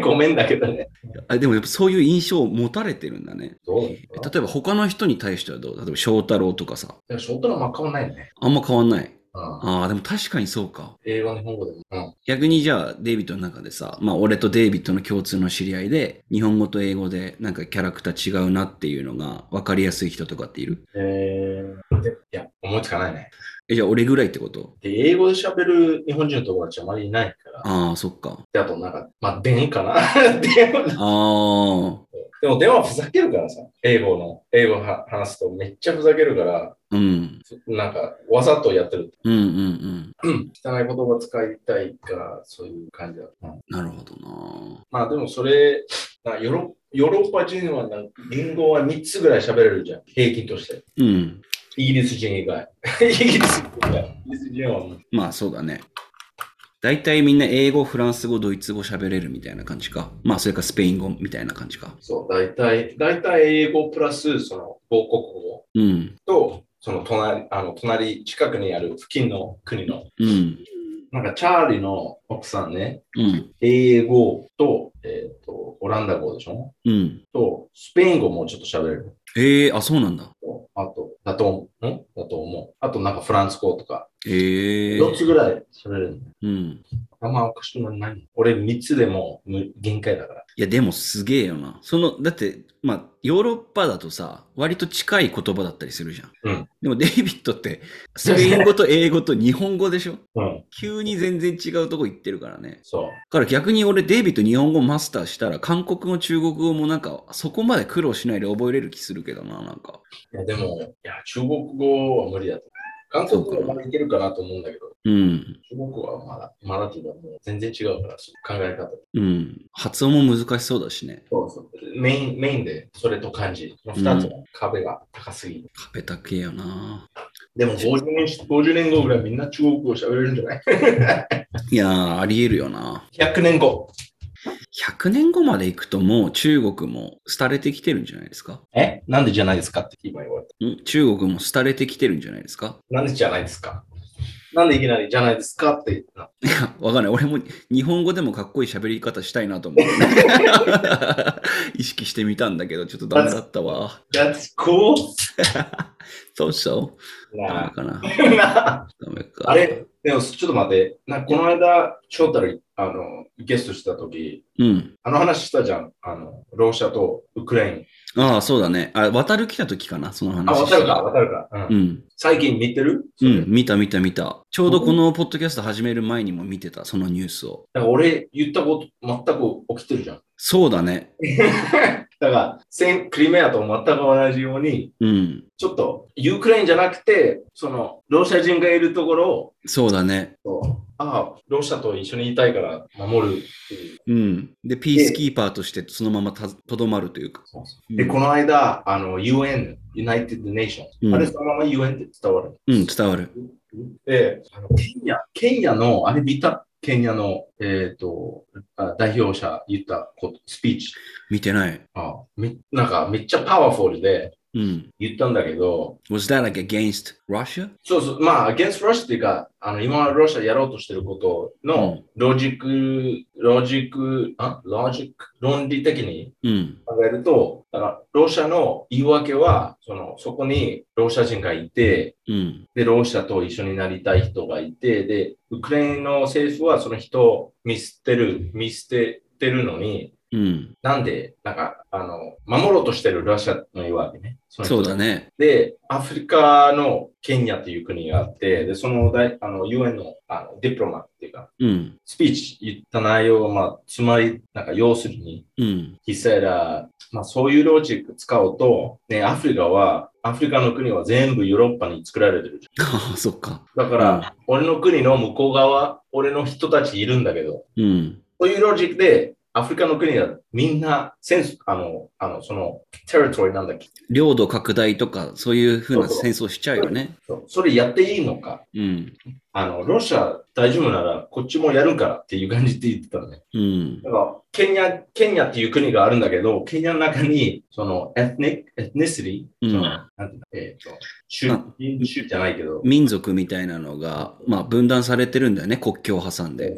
[SPEAKER 2] ごめんだけどね。
[SPEAKER 1] あでもやっぱそういう印象を持たれてるんだね。
[SPEAKER 2] どうなの
[SPEAKER 1] え例えば他の人に対してはどう例えば翔太郎とかさ。
[SPEAKER 2] でも、ショートの真っ赤もないね。
[SPEAKER 1] あんま変わんない。
[SPEAKER 2] うん。
[SPEAKER 1] ああ、でも確かにそうか。
[SPEAKER 2] 英語、日本語でも。うん。
[SPEAKER 1] 逆にじゃあデイビッドの中でさ、まあ俺とデイビッドの共通の知り合いで、日本語と英語でなんかキャラクター違うなっていうのが分かりやすい人とかっている
[SPEAKER 2] えー、いや、思いつかないね。
[SPEAKER 1] え、じゃあ俺ぐらいってこと
[SPEAKER 2] で、英語で喋る日本人の友達あまりいないから。
[SPEAKER 1] ああ、そっか。
[SPEAKER 2] で、あとなんか、まあ、電かな 電話
[SPEAKER 1] ああ、
[SPEAKER 2] でも電話ふざけるからさ、英語の、英語は話すとめっちゃふざけるから、
[SPEAKER 1] うん。
[SPEAKER 2] なんか、わざとやってる。
[SPEAKER 1] うんうんうん。
[SPEAKER 2] うん汚い言葉使いたいから、そういう感じだ。うん
[SPEAKER 1] なるほどな。
[SPEAKER 2] まあでもそれ、なヨーロヨーロッパ人はなんか、リンゴは3つぐらい喋れるじゃん、平均として。
[SPEAKER 1] うん。
[SPEAKER 2] イギリス人以外。 イギリス人以外。イギリス人はもう
[SPEAKER 1] まあそうだね。大体みんな英語、フランス語、ドイツ語喋れるみたいな感じか。まあそれかスペイン語みたいな感じか。
[SPEAKER 2] そう、大体、大体英語プラス、その、母国語
[SPEAKER 1] うん。
[SPEAKER 2] と、その隣、あの、隣、近くにある付近の国の、
[SPEAKER 1] うん。
[SPEAKER 2] なんか、チャーリーの奥さんね、
[SPEAKER 1] うん。
[SPEAKER 2] 英語と、えっ、と、オランダ語でしょ
[SPEAKER 1] うん。
[SPEAKER 2] と、スペイン語もちょっと喋れる。
[SPEAKER 1] ええあ、そうなんだ。
[SPEAKER 2] あと、だと思う。んだと思う。あと、なんかフランス語とか。
[SPEAKER 1] ええ
[SPEAKER 2] 4つぐらい喋れる。
[SPEAKER 1] うん。
[SPEAKER 2] あんまおかしくない。俺3つでも無限界だから。
[SPEAKER 1] いや、でもすげえよな。その、だって、まあ、ヨーロッパだとさ、割と近い言葉だったりするじゃん。
[SPEAKER 2] うん
[SPEAKER 1] でも、デイビッドって、スペイン語と英語と日本語でしょ
[SPEAKER 2] うん。
[SPEAKER 1] 急に全然違うとこ行ってるからね。
[SPEAKER 2] そう。
[SPEAKER 1] だから逆に俺、デイビッド日本語マスターしたら、韓国語、中国語もなんか、そこまで苦労しないで覚えれる気するけどな、なんか。
[SPEAKER 2] いや、でも、いや、中国語は無理だと思う。韓国語はまだいけるかなと思うんだけど、
[SPEAKER 1] うん。
[SPEAKER 2] 中国語はまだ、マラティーはもう全然違うから、考え方。
[SPEAKER 1] うん。発音も難しそうだしね。
[SPEAKER 2] そうそう。メイン、メインで、それと漢字。この二つの壁が高すぎる。
[SPEAKER 1] 壁高えよな。
[SPEAKER 2] でも50年、50年後ぐらいみんな中国語喋れるんじゃない
[SPEAKER 1] いやー、ありえるよな。
[SPEAKER 2] ?100 年後。
[SPEAKER 1] 100年後まで行くともう中国も廃れてきてるんじゃないですか
[SPEAKER 2] えなんでじゃないですかって今言われた。
[SPEAKER 1] ん中国も廃れてきてるんじゃないですか
[SPEAKER 2] なんでじゃないですかなんでいきなりじゃないですかって言った
[SPEAKER 1] いや、わかんない。俺も日本語でもかっこいい喋り方したいなと思って。 意識してみたんだけど、ちょっとダメだったわ。
[SPEAKER 2] That's cool!
[SPEAKER 1] そうそう。ダメ
[SPEAKER 2] な
[SPEAKER 1] かな。
[SPEAKER 2] あなあ
[SPEAKER 1] ダメか。
[SPEAKER 2] あれでもちょっと待って。なんかこの間、翔太郎あの、ゲストしたとき、
[SPEAKER 1] うん。
[SPEAKER 2] あの話したじゃん。あの、ロシアとウクライン。
[SPEAKER 1] ああ、そうだね。あ、渡る来た時かな、その話。
[SPEAKER 2] あ、わかるか、わかるか。うん
[SPEAKER 1] うん。
[SPEAKER 2] 最近見てる
[SPEAKER 1] う
[SPEAKER 2] それ
[SPEAKER 1] ん、見た見た見た。ちょうどこのポッドキャスト始める前にも見てた、そのニュースを。
[SPEAKER 2] だから俺言ったこと全く起きてるじゃん。
[SPEAKER 1] そうだね。
[SPEAKER 2] だから、先クリミアと全く同じように、
[SPEAKER 1] うん。
[SPEAKER 2] ちょっと、ウクラインじゃなくて、その、ロシア人がいるところを、
[SPEAKER 1] そうだね。
[SPEAKER 2] そうああ、ロシアと一緒にいたいから守るっていう。
[SPEAKER 1] うん。で、ピースキーパーとしてそのままたとどまるというか。
[SPEAKER 2] で、
[SPEAKER 1] うん
[SPEAKER 2] この間、あの、UN、United Nations、
[SPEAKER 1] うん
[SPEAKER 2] あれそのまま UN って伝わる。
[SPEAKER 1] うん、伝わる。
[SPEAKER 2] で、あのケニア、ケニアの、あれ見たケニアの、えっ、と、あ代表者言ったことスピーチ。
[SPEAKER 1] 見てない。
[SPEAKER 2] あめなんか、めっちゃパワフルで
[SPEAKER 1] うん。
[SPEAKER 2] 言ったんだけど、
[SPEAKER 1] Was that like against Russia?
[SPEAKER 2] そうそう、まあ、against Russia っていうか、あの、今ロシアやろうとしてることの、ロジック、ロジック、あロジック、論理的に
[SPEAKER 1] うん。
[SPEAKER 2] 考えると、だから、ロシアの言い訳は、その、そこにロシア人がいて、
[SPEAKER 1] うん。
[SPEAKER 2] で、ロシアと一緒になりたい人がいて、で、ウクライナの政府はその人を見捨てる、見捨ててるのに、
[SPEAKER 1] うん。
[SPEAKER 2] なんで、なんか、あの、守ろうとしてるロシアの言い訳ね。その人
[SPEAKER 1] そ
[SPEAKER 2] た
[SPEAKER 1] う
[SPEAKER 2] ち
[SPEAKER 1] だね。
[SPEAKER 2] で、アフリカのケニアという国があって、でその大あの UN のあのディプロマっていうか、
[SPEAKER 1] うん。
[SPEAKER 2] スピーチ言った内容は、まあ、つまり、なんか要するに、
[SPEAKER 1] うん。
[SPEAKER 2] ヒセラ、まあそういうロジック使うと、ね、アフリカは、アフリカの国は全部ヨーロッパに作られてるじ
[SPEAKER 1] ああ、そっか。
[SPEAKER 2] ゃん。だから、俺の国の向こう側、俺の人たちいるんだけど、
[SPEAKER 1] うん。
[SPEAKER 2] そういうロジックで、アフリカの国はみんな、センス、あの、あの、その、テリトリーなんだっけ
[SPEAKER 1] 領土拡大とか、そういうふうな
[SPEAKER 2] そうそう
[SPEAKER 1] 戦争しちゃうよね。
[SPEAKER 2] ど、それやっていいのか
[SPEAKER 1] うん。
[SPEAKER 2] あの、ロシア大丈夫ならこっちもやるからっていう感じで言ってたね。
[SPEAKER 1] うん。
[SPEAKER 2] だから、ケニア、ケニアっていう国があるんだけど、ケニアの中に、その、エスニック、エスニシリ
[SPEAKER 1] う
[SPEAKER 2] ー、
[SPEAKER 1] ん
[SPEAKER 2] その、なんていうの、えっ、と、
[SPEAKER 1] あ
[SPEAKER 2] 州、人種じゃないけど、
[SPEAKER 1] 民族みたいなのが、まあ、分断されてるんだよね、国境を挟ん
[SPEAKER 2] え
[SPEAKER 1] で。
[SPEAKER 2] ー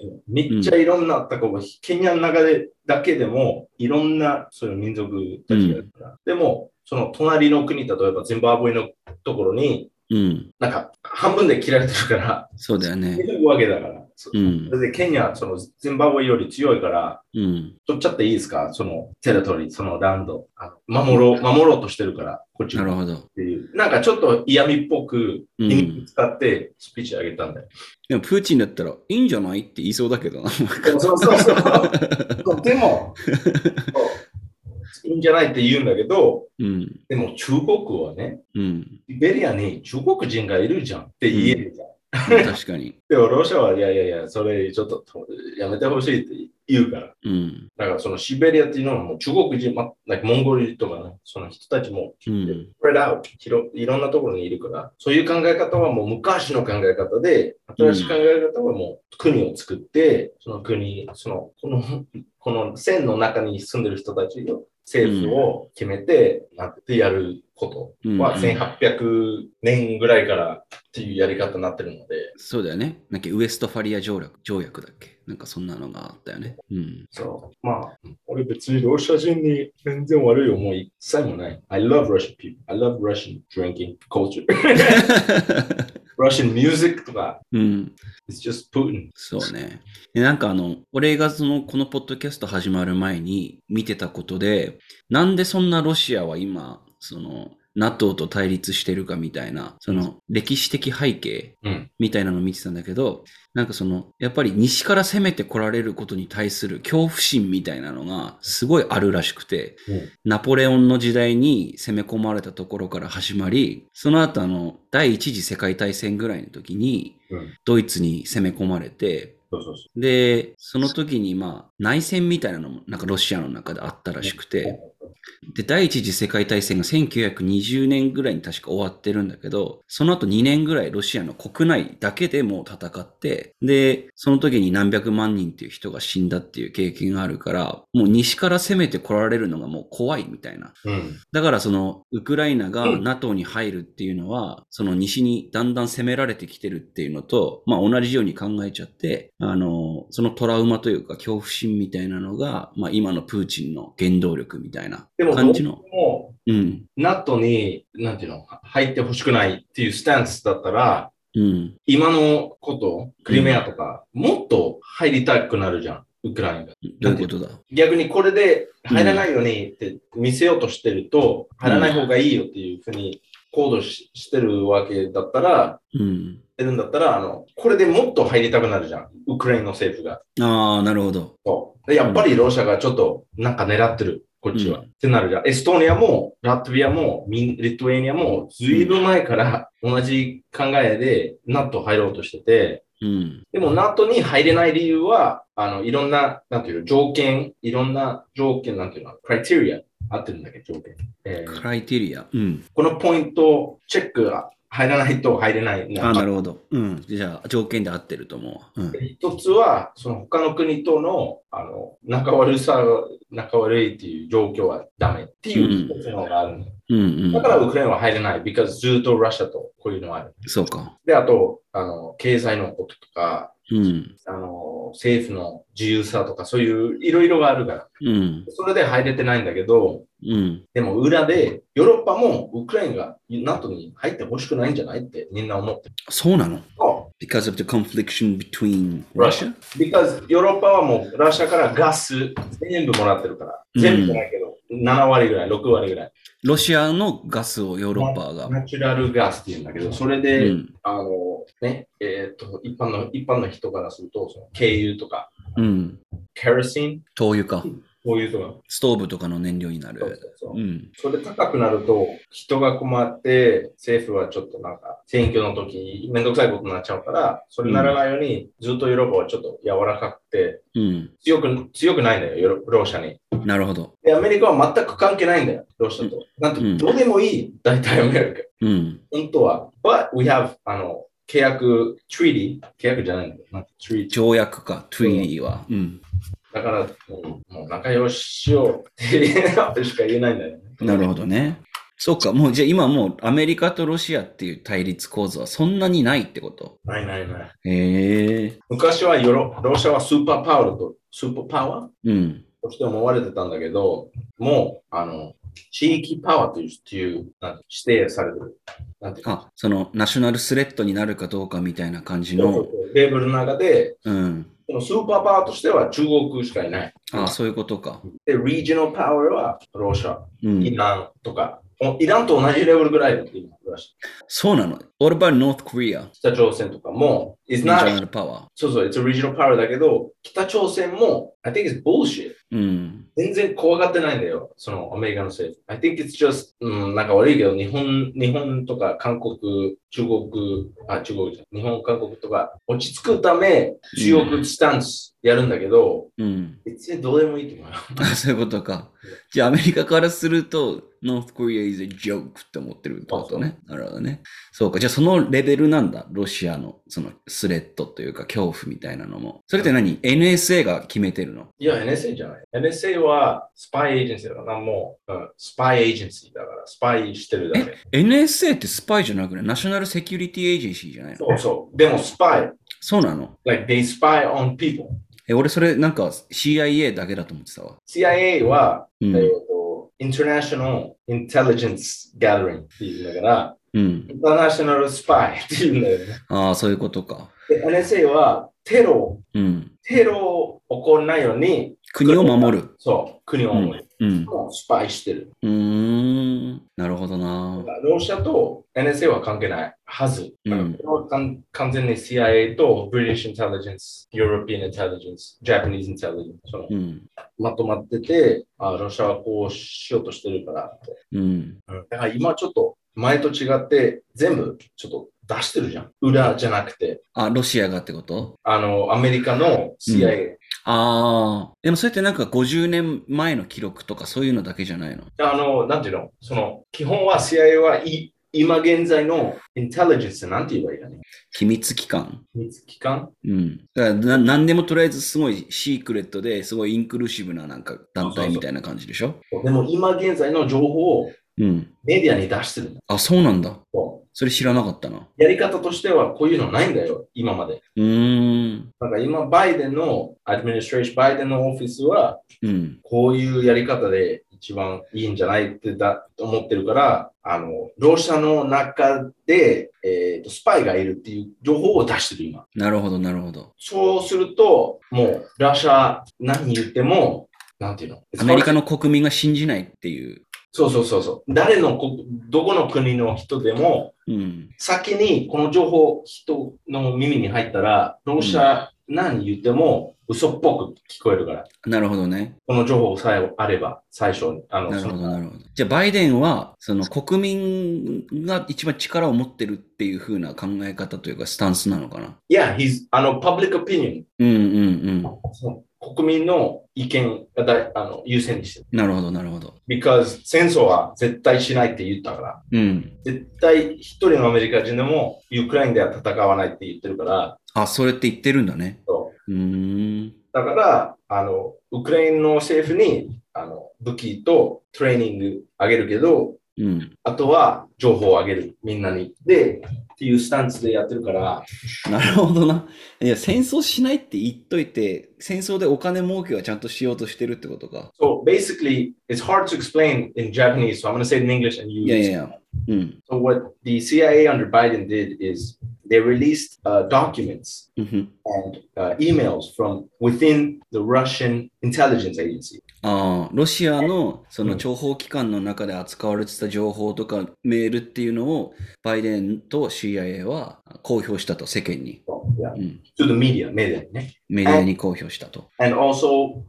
[SPEAKER 2] めっちゃいろんな、だからケニアの中でだけでも、いろんな、そういう民族たちがいるから。でも、その、隣の国、例えば、ゼンバブエのところに、
[SPEAKER 1] うん。
[SPEAKER 2] なんか、半分で切られてるから、
[SPEAKER 1] そうだよ
[SPEAKER 2] い
[SPEAKER 1] ね。
[SPEAKER 2] るわけだから。そう
[SPEAKER 1] うん
[SPEAKER 2] そ。れで、ケニア、その、ゼンバブエより強いから、
[SPEAKER 1] うん。
[SPEAKER 2] 取っちゃっていいですかそのテレトリー、そのランド。あの守ろう、守ろうとしてるから、こっち
[SPEAKER 1] なる
[SPEAKER 2] っ
[SPEAKER 1] ほど。
[SPEAKER 2] ていう。なんかちょっと嫌味っぽく、
[SPEAKER 1] う
[SPEAKER 2] 皮肉
[SPEAKER 1] ん。
[SPEAKER 2] 使ってスピーチあげたんだよ。
[SPEAKER 1] でも、プーチンだったら、いいんじゃないって言いそうだけどな。
[SPEAKER 2] そうそうそう。 でも、そういいんじゃないって言うんだけど、
[SPEAKER 1] うん。
[SPEAKER 2] でも中国はね、
[SPEAKER 1] うん。
[SPEAKER 2] イベリアに中国人がいるじゃんって言えるじゃん。
[SPEAKER 1] まあ確かに。
[SPEAKER 2] でもロシアはいやいやいや、それちょっとやめてほしいって言うから。
[SPEAKER 1] うん。
[SPEAKER 2] だからそのシベリアっていうのはもう中国人、ま、なんかモンゴルとかね、その人たちも
[SPEAKER 1] うん。
[SPEAKER 2] spread out 広いろんなところにいるから、そういう考え方はもう昔の考え方で、新しい考え方はもう国を作って、その国、その、この、この線の中に住んでる人たちの政府を決めて、なんてやることは
[SPEAKER 1] うん
[SPEAKER 2] 1800年ぐらいからっていうやり方になってるので、
[SPEAKER 1] そうだよね。なんか、ウエストファリア条約条約だっけなんか、そんなのがあったよね。うん。
[SPEAKER 2] そう。まあ、俺別にロシア人に全然悪い思い一切もない。I love Russian people. I love Russian drinking culture. Russian music とか、
[SPEAKER 1] うん。
[SPEAKER 2] it's just Putin.
[SPEAKER 1] そうね。でなんかあの、俺がその、このポッドキャスト始まる前に見てたことで、なんでそんなロシアは今、その、NATO と対立してるかみたいな、その、歴史的背景
[SPEAKER 2] うん
[SPEAKER 1] みたいなのを見てたんだけど、なんかその、やっぱり西から攻めてこられることに対する恐怖心みたいなのがすごいあるらしくて、
[SPEAKER 2] うん
[SPEAKER 1] ナポレオンの時代に攻め込まれたところから始まり、その後あの、第一次世界大戦ぐらいの時に、
[SPEAKER 2] うん
[SPEAKER 1] ドイツに攻め込まれて、
[SPEAKER 2] そうそうそ
[SPEAKER 1] で、その時にまあ内戦みたいなのもなんかロシアの中であったらしくて、で、第一次世界大戦が1920年ぐらいに確か終わってるんだけど、その後2年ぐらいロシアの国内だけでもう戦って、で、その時に何百万人っていう人が死んだっていう経験があるから、もう西から攻めて来られるのがもう怖いみたいな
[SPEAKER 2] う。うん。
[SPEAKER 1] だからそのウクライナが
[SPEAKER 2] うん
[SPEAKER 1] NATO に入るっていうのは、その西にだんだん攻められてきてるっていうのと、まあ同じように考えちゃって、あの、そのトラウマというか恐怖心みたいなのが、まあ今のプーチンの原動力みたいな
[SPEAKER 2] でも、ど
[SPEAKER 1] 感
[SPEAKER 2] う
[SPEAKER 1] じの。
[SPEAKER 2] も、
[SPEAKER 1] うん。
[SPEAKER 2] NATO に、なんていうの、入ってほしくないっていうスタンスだったら、
[SPEAKER 1] うん。
[SPEAKER 2] 今のこと、クリミアとか、もっと入りたくなるじゃん、ウクライナが。
[SPEAKER 1] どういうことだ
[SPEAKER 2] 逆にこれで入らないようにって見せようとしてると、入らない方がいいよっていうふうに行動ししてるわけだったら、
[SPEAKER 1] うん。
[SPEAKER 2] してるんだったら、あの、これでもっと入りたくなるじゃん、ウクライナの政府が。
[SPEAKER 1] ああ、なるほど。
[SPEAKER 2] そうでやっぱりロシアがちょっとなんか狙ってる、こっちは。
[SPEAKER 1] うん
[SPEAKER 2] ってなるじゃん。エストニアも、ラトビアも、ミンリトアニアも、ずいぶん前から同じ考えで NATO 入ろうとしてて、
[SPEAKER 1] うん。
[SPEAKER 2] でも NATO に入れない理由は、あの、いろんな、なんていうの、条件、いろんな条件、なんていうの、クライテリア、合ってるんだっけど、条件。えー
[SPEAKER 1] クライテリア。うん。
[SPEAKER 2] このポイント、チェックが入らないと入れない。
[SPEAKER 1] ああ、なるほど。うん。じゃあ、条件で合ってると思うわ。
[SPEAKER 2] 一つは、その他の国との、あの、仲悪さ、仲悪いっていう状況はダメっていう一つのがあるの、
[SPEAKER 1] うん。うんうん。
[SPEAKER 2] だからウクライナは入れない、because ずっとロシアとこういうのはある。
[SPEAKER 1] そうか。
[SPEAKER 2] で、あと、あの、経済のこととか、
[SPEAKER 1] うん。
[SPEAKER 2] あの、政府の自由さとか、そういういろいろがあるから。
[SPEAKER 1] うん。
[SPEAKER 2] それで入れてないんだけど、
[SPEAKER 1] うん。
[SPEAKER 2] でも裏で、ヨーロッパもウクライナが NATO に入ってほしくないんじゃないってみんな思ってる。
[SPEAKER 1] そうなの
[SPEAKER 2] そう
[SPEAKER 1] ?because of the confliction between
[SPEAKER 2] Russia
[SPEAKER 1] Russia?
[SPEAKER 2] because ヨーロッパはもうロシアからガス全部もらってるから、
[SPEAKER 1] うん
[SPEAKER 2] 全部じゃないけど、7割ぐらい、6割ぐらい。
[SPEAKER 1] ロシアのガスをヨーロッパが。
[SPEAKER 2] ナチュラルガスっていうんだけど、それ
[SPEAKER 1] う
[SPEAKER 2] で、
[SPEAKER 1] ん。
[SPEAKER 2] あの、ね、えっ、と、一般の、一般の人からすると、その軽油とか、
[SPEAKER 1] うん。
[SPEAKER 2] ケロシン、
[SPEAKER 1] 灯油か。
[SPEAKER 2] こういうとか、
[SPEAKER 1] ストーブとかの燃料にな
[SPEAKER 2] そう
[SPEAKER 1] る。
[SPEAKER 2] そうそう
[SPEAKER 1] うん。
[SPEAKER 2] それ高くなると、人が困って、政府はちょっとなんか、選挙の時、めんどくさいことになっちゃうから、それならないように、ずっとヨーロッパはちょっと柔らかくて、
[SPEAKER 1] うん。
[SPEAKER 2] 強く、強くないんだよ、ヨーロロシアに。
[SPEAKER 1] なるほど。
[SPEAKER 2] で、アメリカは全く関係ないんだよ、ロシアと。なんて、
[SPEAKER 1] うん
[SPEAKER 2] どうでもいい、大体アメリカ。
[SPEAKER 1] うん。
[SPEAKER 2] 本当は。But we have, あの、契約、treaty、契約じゃないんだよ。なんて treaty。
[SPEAKER 1] 条約か、トゥイリーは。うん。
[SPEAKER 2] だから、もうもう仲良ししようってしか言えないんだよね。
[SPEAKER 1] なるほどね。そうか、もうじゃあ今もうアメリカとロシアっていう対立構造はそんなにないってこと
[SPEAKER 2] ないないない。
[SPEAKER 1] へえ。
[SPEAKER 2] 昔はヨロロシアはスーパーパワーと、スーパーパワー
[SPEAKER 1] うん。
[SPEAKER 2] として思われてたんだけど、もう、あの、地域パワーという、っていうなんて指定されてる。なんていうの
[SPEAKER 1] あ、そのナショナルスレッドになるかどうかみたいな感じ
[SPEAKER 2] そうそう
[SPEAKER 1] の。
[SPEAKER 2] そうレーブルの中で、
[SPEAKER 1] うん。
[SPEAKER 2] でもスーパーパワーとしては中国しかいない。
[SPEAKER 1] あ、そういうことか。
[SPEAKER 2] で、リージョナルパワーはロシア、
[SPEAKER 1] う
[SPEAKER 2] イ
[SPEAKER 1] ん。
[SPEAKER 2] ランとか、おイランと同じレベルぐらいだって言います。
[SPEAKER 1] そうなの。What about North Korea?
[SPEAKER 2] 北朝鮮とかも、it's
[SPEAKER 1] ナショナ
[SPEAKER 2] not,
[SPEAKER 1] ルパワ
[SPEAKER 2] そうそう、it's a regional power だけど、北朝鮮も、I think it's bullshit.
[SPEAKER 1] ー。うん。
[SPEAKER 2] 全然怖がってないんだよ、そのアメリカの政府。I think it's just, うん、なんか悪いけど、日本、日本とか韓国、中国、あ、中国じゃん、日本、韓国とか、落ち着くため、強くスタンスやるんだけど、
[SPEAKER 1] うん。
[SPEAKER 2] 別にどうでもいいと思うよ。
[SPEAKER 1] あそういうことか。じゃあアメリカからすると、North Korea is a joke って思ってるってことね。なるほどね。そうか。じゃあそのレベルなんだ。ロシアのそのスレッドというか恐怖みたいなのも。それって何 ?NSA が決めてるの
[SPEAKER 2] いや、NSA じゃない。NSA はスパイエージェンシーだから、もう、うん、スパイエージェンシーだから、スパイしてるだけ。
[SPEAKER 1] ?NSA ってスパイじゃなくねナショナルセキュリティエージェンシーじゃないの
[SPEAKER 2] そうそう。でも、スパイ、
[SPEAKER 1] そうなの
[SPEAKER 2] like they spy on people。
[SPEAKER 1] え、俺それなんか CIA だけだと思ってたわ。
[SPEAKER 2] CIA は、
[SPEAKER 1] うん
[SPEAKER 2] えっと、International Intelligence Gathering っていうんだから、
[SPEAKER 1] うん。
[SPEAKER 2] International Spy っていうんだよね。
[SPEAKER 1] ああ、そういうことか。
[SPEAKER 2] で NSA は、テロ、
[SPEAKER 1] うん。
[SPEAKER 2] テロ起こらないように、
[SPEAKER 1] 国を守る。
[SPEAKER 2] そう、国を守る。
[SPEAKER 1] うん。
[SPEAKER 2] もう、スパイしてる。
[SPEAKER 1] うーん。なるほどな。
[SPEAKER 2] ロシアと NSA は関係ないはず。
[SPEAKER 1] うん
[SPEAKER 2] これは完完全に CIA と British Intelligence、European Intelligence、Japanese Intelligence、その
[SPEAKER 1] うん。
[SPEAKER 2] まとまっててあ、ロシアはこうしようとしてるからって。
[SPEAKER 1] うん。
[SPEAKER 2] だから今ちょっと前と違って全部ちょっと出してるじゃん。裏じゃなくて、
[SPEAKER 1] あ、ロシアがってこと
[SPEAKER 2] あの、アメリカの CIA。
[SPEAKER 1] ああ。でもそれってなんか50年前の記録とかそういうのだけじゃないの
[SPEAKER 2] あの、なんていうのその、基本は CIA はい今現在の Intelligence なんて言えばいいかね。
[SPEAKER 1] 秘密機関
[SPEAKER 2] 秘密機関
[SPEAKER 1] うん。だからな何でもとりあえずすごいシークレットですごいインクルーシブななんか団体みたいな感じでしょ
[SPEAKER 2] でも今現在の情報を
[SPEAKER 1] うん。
[SPEAKER 2] メディアに出してるんだ。
[SPEAKER 1] あ、そうなんだ。
[SPEAKER 2] そう
[SPEAKER 1] それ知らなかったな。
[SPEAKER 2] やり方としてはこういうのないんだよ、今まで。
[SPEAKER 1] うーん。
[SPEAKER 2] なんか今、バイデンのアドミニストレーション、バイデンのオフィスは
[SPEAKER 1] うん。
[SPEAKER 2] こういうやり方で一番いいんじゃないってだと思ってるから、あの、同社の中で、えっ、と、スパイがいるっていう情報を出してる今。
[SPEAKER 1] なるほど、なるほど。
[SPEAKER 2] そうすると、もう、ラシャ何言っても、なんていうの
[SPEAKER 1] アメリカの国民が信じないっていう。
[SPEAKER 2] そうそうそうそう。誰のこ、どこの国の人でも、
[SPEAKER 1] うん。
[SPEAKER 2] 先にこの情報、人の耳に入ったら、同社何言っても嘘っぽく聞こえるから。
[SPEAKER 1] なるほどね。
[SPEAKER 2] この情報さえあれば、最初に。あの、
[SPEAKER 1] なるほ
[SPEAKER 2] そ
[SPEAKER 1] ど、
[SPEAKER 2] の
[SPEAKER 1] なるほど。じゃあ、バイデンは、その国民が一番力を持ってるっていう風な考え方というか、スタンスなのかな。
[SPEAKER 2] Yeah, he's, あの、public opinion。
[SPEAKER 1] うんうんうん。
[SPEAKER 2] その国民の意見がだあの優先にしてる。
[SPEAKER 1] なるほど、なるほど。
[SPEAKER 2] because 戦争は絶対しないって言ったから。
[SPEAKER 1] うん。
[SPEAKER 2] 絶対一人のアメリカ人でも、ウクライナでは戦わないって言ってるから、
[SPEAKER 1] あ、それって言ってるんだね。
[SPEAKER 2] そう
[SPEAKER 1] ーん。
[SPEAKER 2] だから、あの、ウクライナの政府に、あの、武器とトレーニングあげるけど、
[SPEAKER 1] うん。
[SPEAKER 2] あとは情報をあげる、みんなに。で、っていうスタンスでやってるから、
[SPEAKER 1] なるほどな。いや、戦争しないって言っといて、戦争でお金儲けはちゃんとしようとしてるってことか。
[SPEAKER 2] So basically, it's hard to explain in Japanese, so I'm going to say it in English and you.
[SPEAKER 1] いやいやいや。うん。
[SPEAKER 2] So, what the CIA under Biden did is they released uh, documents
[SPEAKER 1] うんふん
[SPEAKER 2] and uh, emails from within the Russian intelligence agency.
[SPEAKER 1] ああ、ロシアのそうの
[SPEAKER 2] ん
[SPEAKER 1] 諜報機関の中で扱われてた情報とかメールっていうのをバイデンと CIA は公表したと、世間に。
[SPEAKER 2] Well, yeah,
[SPEAKER 1] うん。
[SPEAKER 2] to the media, media. yeah.
[SPEAKER 1] メディアに公表したと。
[SPEAKER 2] And also,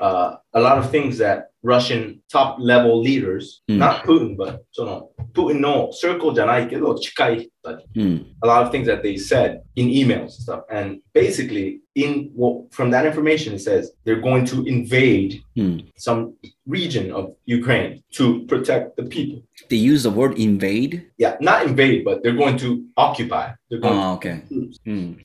[SPEAKER 2] uh, a lot of things that Russian top level leaders,
[SPEAKER 1] Mm.
[SPEAKER 2] not Putin, but so no, Putin, no, circle じゃないけど近い人たち
[SPEAKER 1] うん。
[SPEAKER 2] a lot of things that they said in emails and stuff. And basically, in well, from that information, it says they're going to invade
[SPEAKER 1] うん。
[SPEAKER 2] some region of Ukraine to protect the people.
[SPEAKER 1] They use the word invade?
[SPEAKER 2] Yeah, not invade, but they're going to occupy. They're going
[SPEAKER 1] ああ、OK。
[SPEAKER 2] to,
[SPEAKER 1] うん。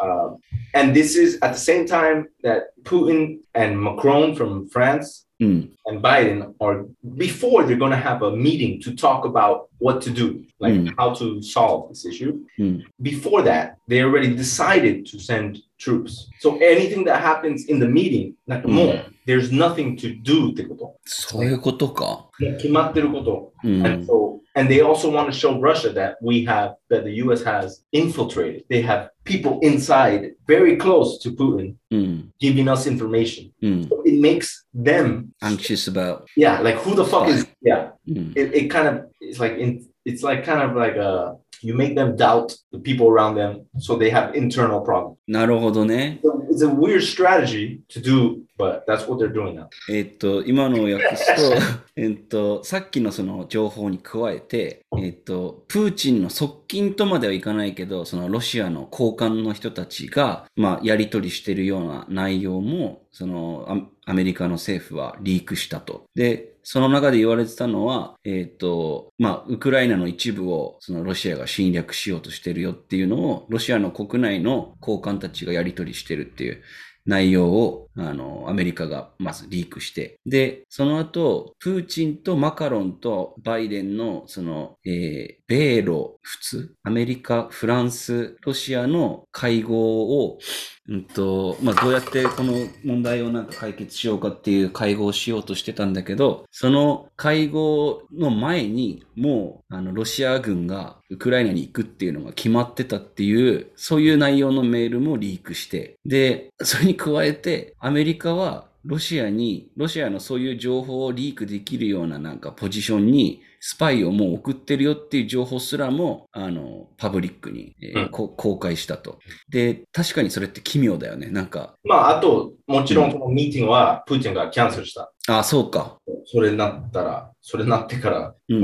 [SPEAKER 2] uh, and this is at the same time that Putin and Macron from France
[SPEAKER 1] うん。
[SPEAKER 2] and Biden are before they're going to have a meeting to talk about what to do, like
[SPEAKER 1] Mm.
[SPEAKER 2] how to solve this issue.
[SPEAKER 1] Mm.
[SPEAKER 2] Before that, they already decided to send troops. So anything that happens in the meeting, like
[SPEAKER 1] Mm.
[SPEAKER 2] more, there's nothing to do. ってこと。
[SPEAKER 1] そういうことか。
[SPEAKER 2] もう決まってること。
[SPEAKER 1] う
[SPEAKER 2] And
[SPEAKER 1] ん。
[SPEAKER 2] so, and they also want to show Russia that we have, that the US has infiltrated. They have people inside very close to Putin
[SPEAKER 1] うん。
[SPEAKER 2] giving us information.
[SPEAKER 1] うん。
[SPEAKER 2] It makes them,
[SPEAKER 1] anxious about.
[SPEAKER 2] yeah, like who the fuck is, yeah,
[SPEAKER 1] うん。
[SPEAKER 2] it, it kind of it's like in, it's like kind of like uh you make them doubt the people around them so they have internal problems
[SPEAKER 1] なるほどね。
[SPEAKER 2] So it's a weird strategy to do but that's what they're doing now
[SPEAKER 1] えっと、今のを訳すと、 えっと、さっきのその情報に加えて、えっと、プーチンの側近とまではいかないけど、そのロシアの高官の人たちが、まあ、やり取りしてるような内容も、その、アアメリカの政府はリークしたと。で、その中で言われてたのは、えっ、と、まあ、ウクライナの一部を、そのロシアが侵略しようとしてるよっていうのを、ロシアの国内の高官たちがやり取りしてるっていう内容を、あの、アメリカがまずリークして、で、その後、プーチンとマカロンとバイデンの、その、えー、米ロ、普通、アメリカ、フランス、ロシアの会合を、うんと、まあ、どうやってこの問題をなんか解決しようかっていう会合をしようとしてたんだけど、その会合の前に、もう、あの、ロシア軍がウクライナに行くっていうのが決まってたっていう、そういう内容のメールもリークして、で、それに加えて、アメリカは、ロシアに、ロシアのそういう情報をリークできるようななんかポジションに、スパイをもう送ってるよっていう情報すらも、あの、パブリックに、えー
[SPEAKER 2] うん
[SPEAKER 1] こ公開したと。で、確かにそれって奇妙だよね。なんか、
[SPEAKER 2] まああともちろんこのミーティングはプーチンがキャンセルしたそれになったらそれになってか
[SPEAKER 1] あ、そうか。
[SPEAKER 2] ら
[SPEAKER 1] う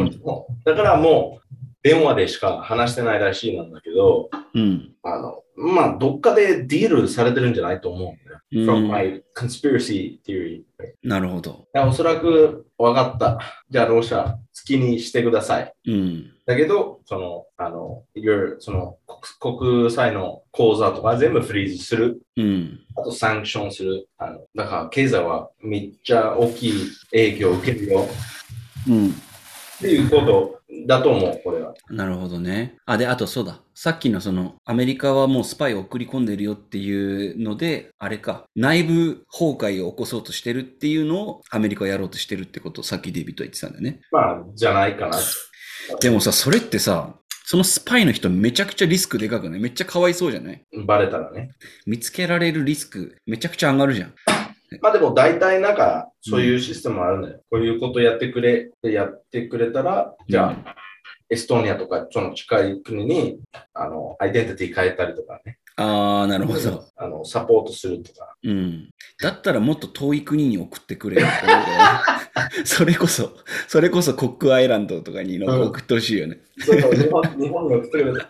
[SPEAKER 1] ん。
[SPEAKER 2] だからもう電話でしか話してないらしいなんだけど
[SPEAKER 1] うん。
[SPEAKER 2] あのまあどっかでディールされてるんじゃないと思う、ね
[SPEAKER 1] うん
[SPEAKER 2] from my conspiracy theory
[SPEAKER 1] なるほど。
[SPEAKER 2] いやおそらく分かった。じゃあ、ロシア、好きにしてください。
[SPEAKER 1] うん。
[SPEAKER 2] だけど、その、あの、いろいろ、その、国国債の口座とか全部フリーズする。
[SPEAKER 1] うん。
[SPEAKER 2] あと、サンクションする。あの、だから、経済はめっちゃ大きい影響を受けるよ。
[SPEAKER 1] うん。
[SPEAKER 2] っていうことだと思う、これは。
[SPEAKER 1] なるほどね。あ、で、あとそうだ。さっきのその、アメリカはもうスパイを送り込んでるよっていうので、あれか、内部崩壊を起こそうとしてるっていうのを、アメリカはやろうとしてるってことをさっきデビットは言ってたんだよね。
[SPEAKER 2] まあ、じゃないかな。
[SPEAKER 1] でもさ、それってさ、そのスパイの人めちゃくちゃリスクでかくないめっちゃかわいそうじゃない
[SPEAKER 2] バレたらね。
[SPEAKER 1] 見つけられるリスクめちゃくちゃ上がるじゃん。
[SPEAKER 2] まあでも大体なんか、そういうシステムあるんだよ。こういうことやってくれ、でやってくれたら、じゃあ、エストニアとか、その近い国に、あの、アイデンティティ変えたりとかね。
[SPEAKER 1] ああ、なるほど。
[SPEAKER 2] あの、サポートするとか。
[SPEAKER 1] うん。だったらもっと遠い国に送ってくれ よって思うんだよねそれこそ、それこそコックアイランドとかに
[SPEAKER 2] うん
[SPEAKER 1] 送ってほしいよね。
[SPEAKER 2] そうそう、日本 日本に送ってくれた。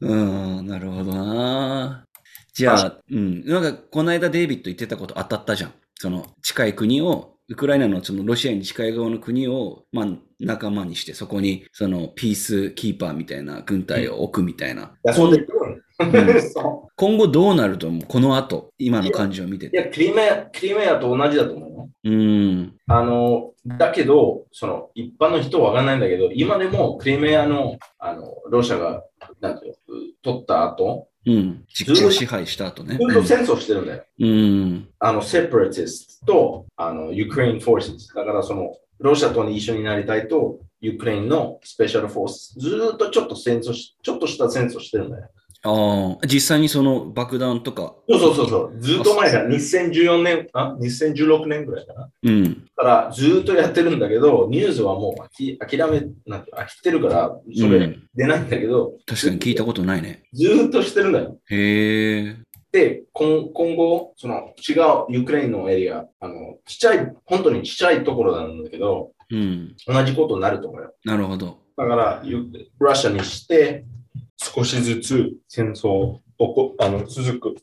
[SPEAKER 1] うん、なるほどな。じゃあ、うん。なんか、この間デイビッド言ってたこと当たったじゃん。その、近い国を、ウクライナのそのロシアに近い側の国を、まあ、仲間にして、そこに、その、ピースキーパーみたいな軍隊を置くみたいな。
[SPEAKER 2] 遊んでくる
[SPEAKER 1] うん
[SPEAKER 2] そ
[SPEAKER 1] 今後どうなると思うこの後、今の感じを見て
[SPEAKER 2] ういや、
[SPEAKER 1] て。
[SPEAKER 2] クリメア、クリメアと同じだと思うよ。
[SPEAKER 1] うん。
[SPEAKER 2] あの、だけど、その、一般の人はわかんないんだけど、今でもクリメアの、あの、ロシアが、なんていうの取った後、
[SPEAKER 1] うん。実効支配した後ね
[SPEAKER 2] ず。っと戦争してるんだよ。
[SPEAKER 1] うん。
[SPEAKER 2] あの、セパレティストと、あの、ウクレインフォース。だから、その、ロシアと一緒になりたいと、ウクレインのスペシャルフォース、ずーっとちょっと戦争し、ちょっとした戦争してるんだよ。
[SPEAKER 1] ああ、実際にその爆弾とか、
[SPEAKER 2] そうそうそうそう、ずーっと前から、2014年、あ、2016年ぐらいかな。
[SPEAKER 1] うん。
[SPEAKER 2] だから、ずーっとやってるんだけど、ニュースはもう飽き諦め、なんて飽きてるから、そうれ
[SPEAKER 1] ん
[SPEAKER 2] 出ないんだけど、
[SPEAKER 1] 確かに聞いたことないね。
[SPEAKER 2] ずーっとしてるんだよ。
[SPEAKER 1] へえ。
[SPEAKER 2] で、今今後、その違うウクレインのエリア、あの、ちっちゃい、本当にちっちゃいところなんだけど、
[SPEAKER 1] うん。
[SPEAKER 2] 同じことになると思うよ。
[SPEAKER 1] なるほど。
[SPEAKER 2] だから、ゆロシアにして、少しずつ戦争をこあの続く。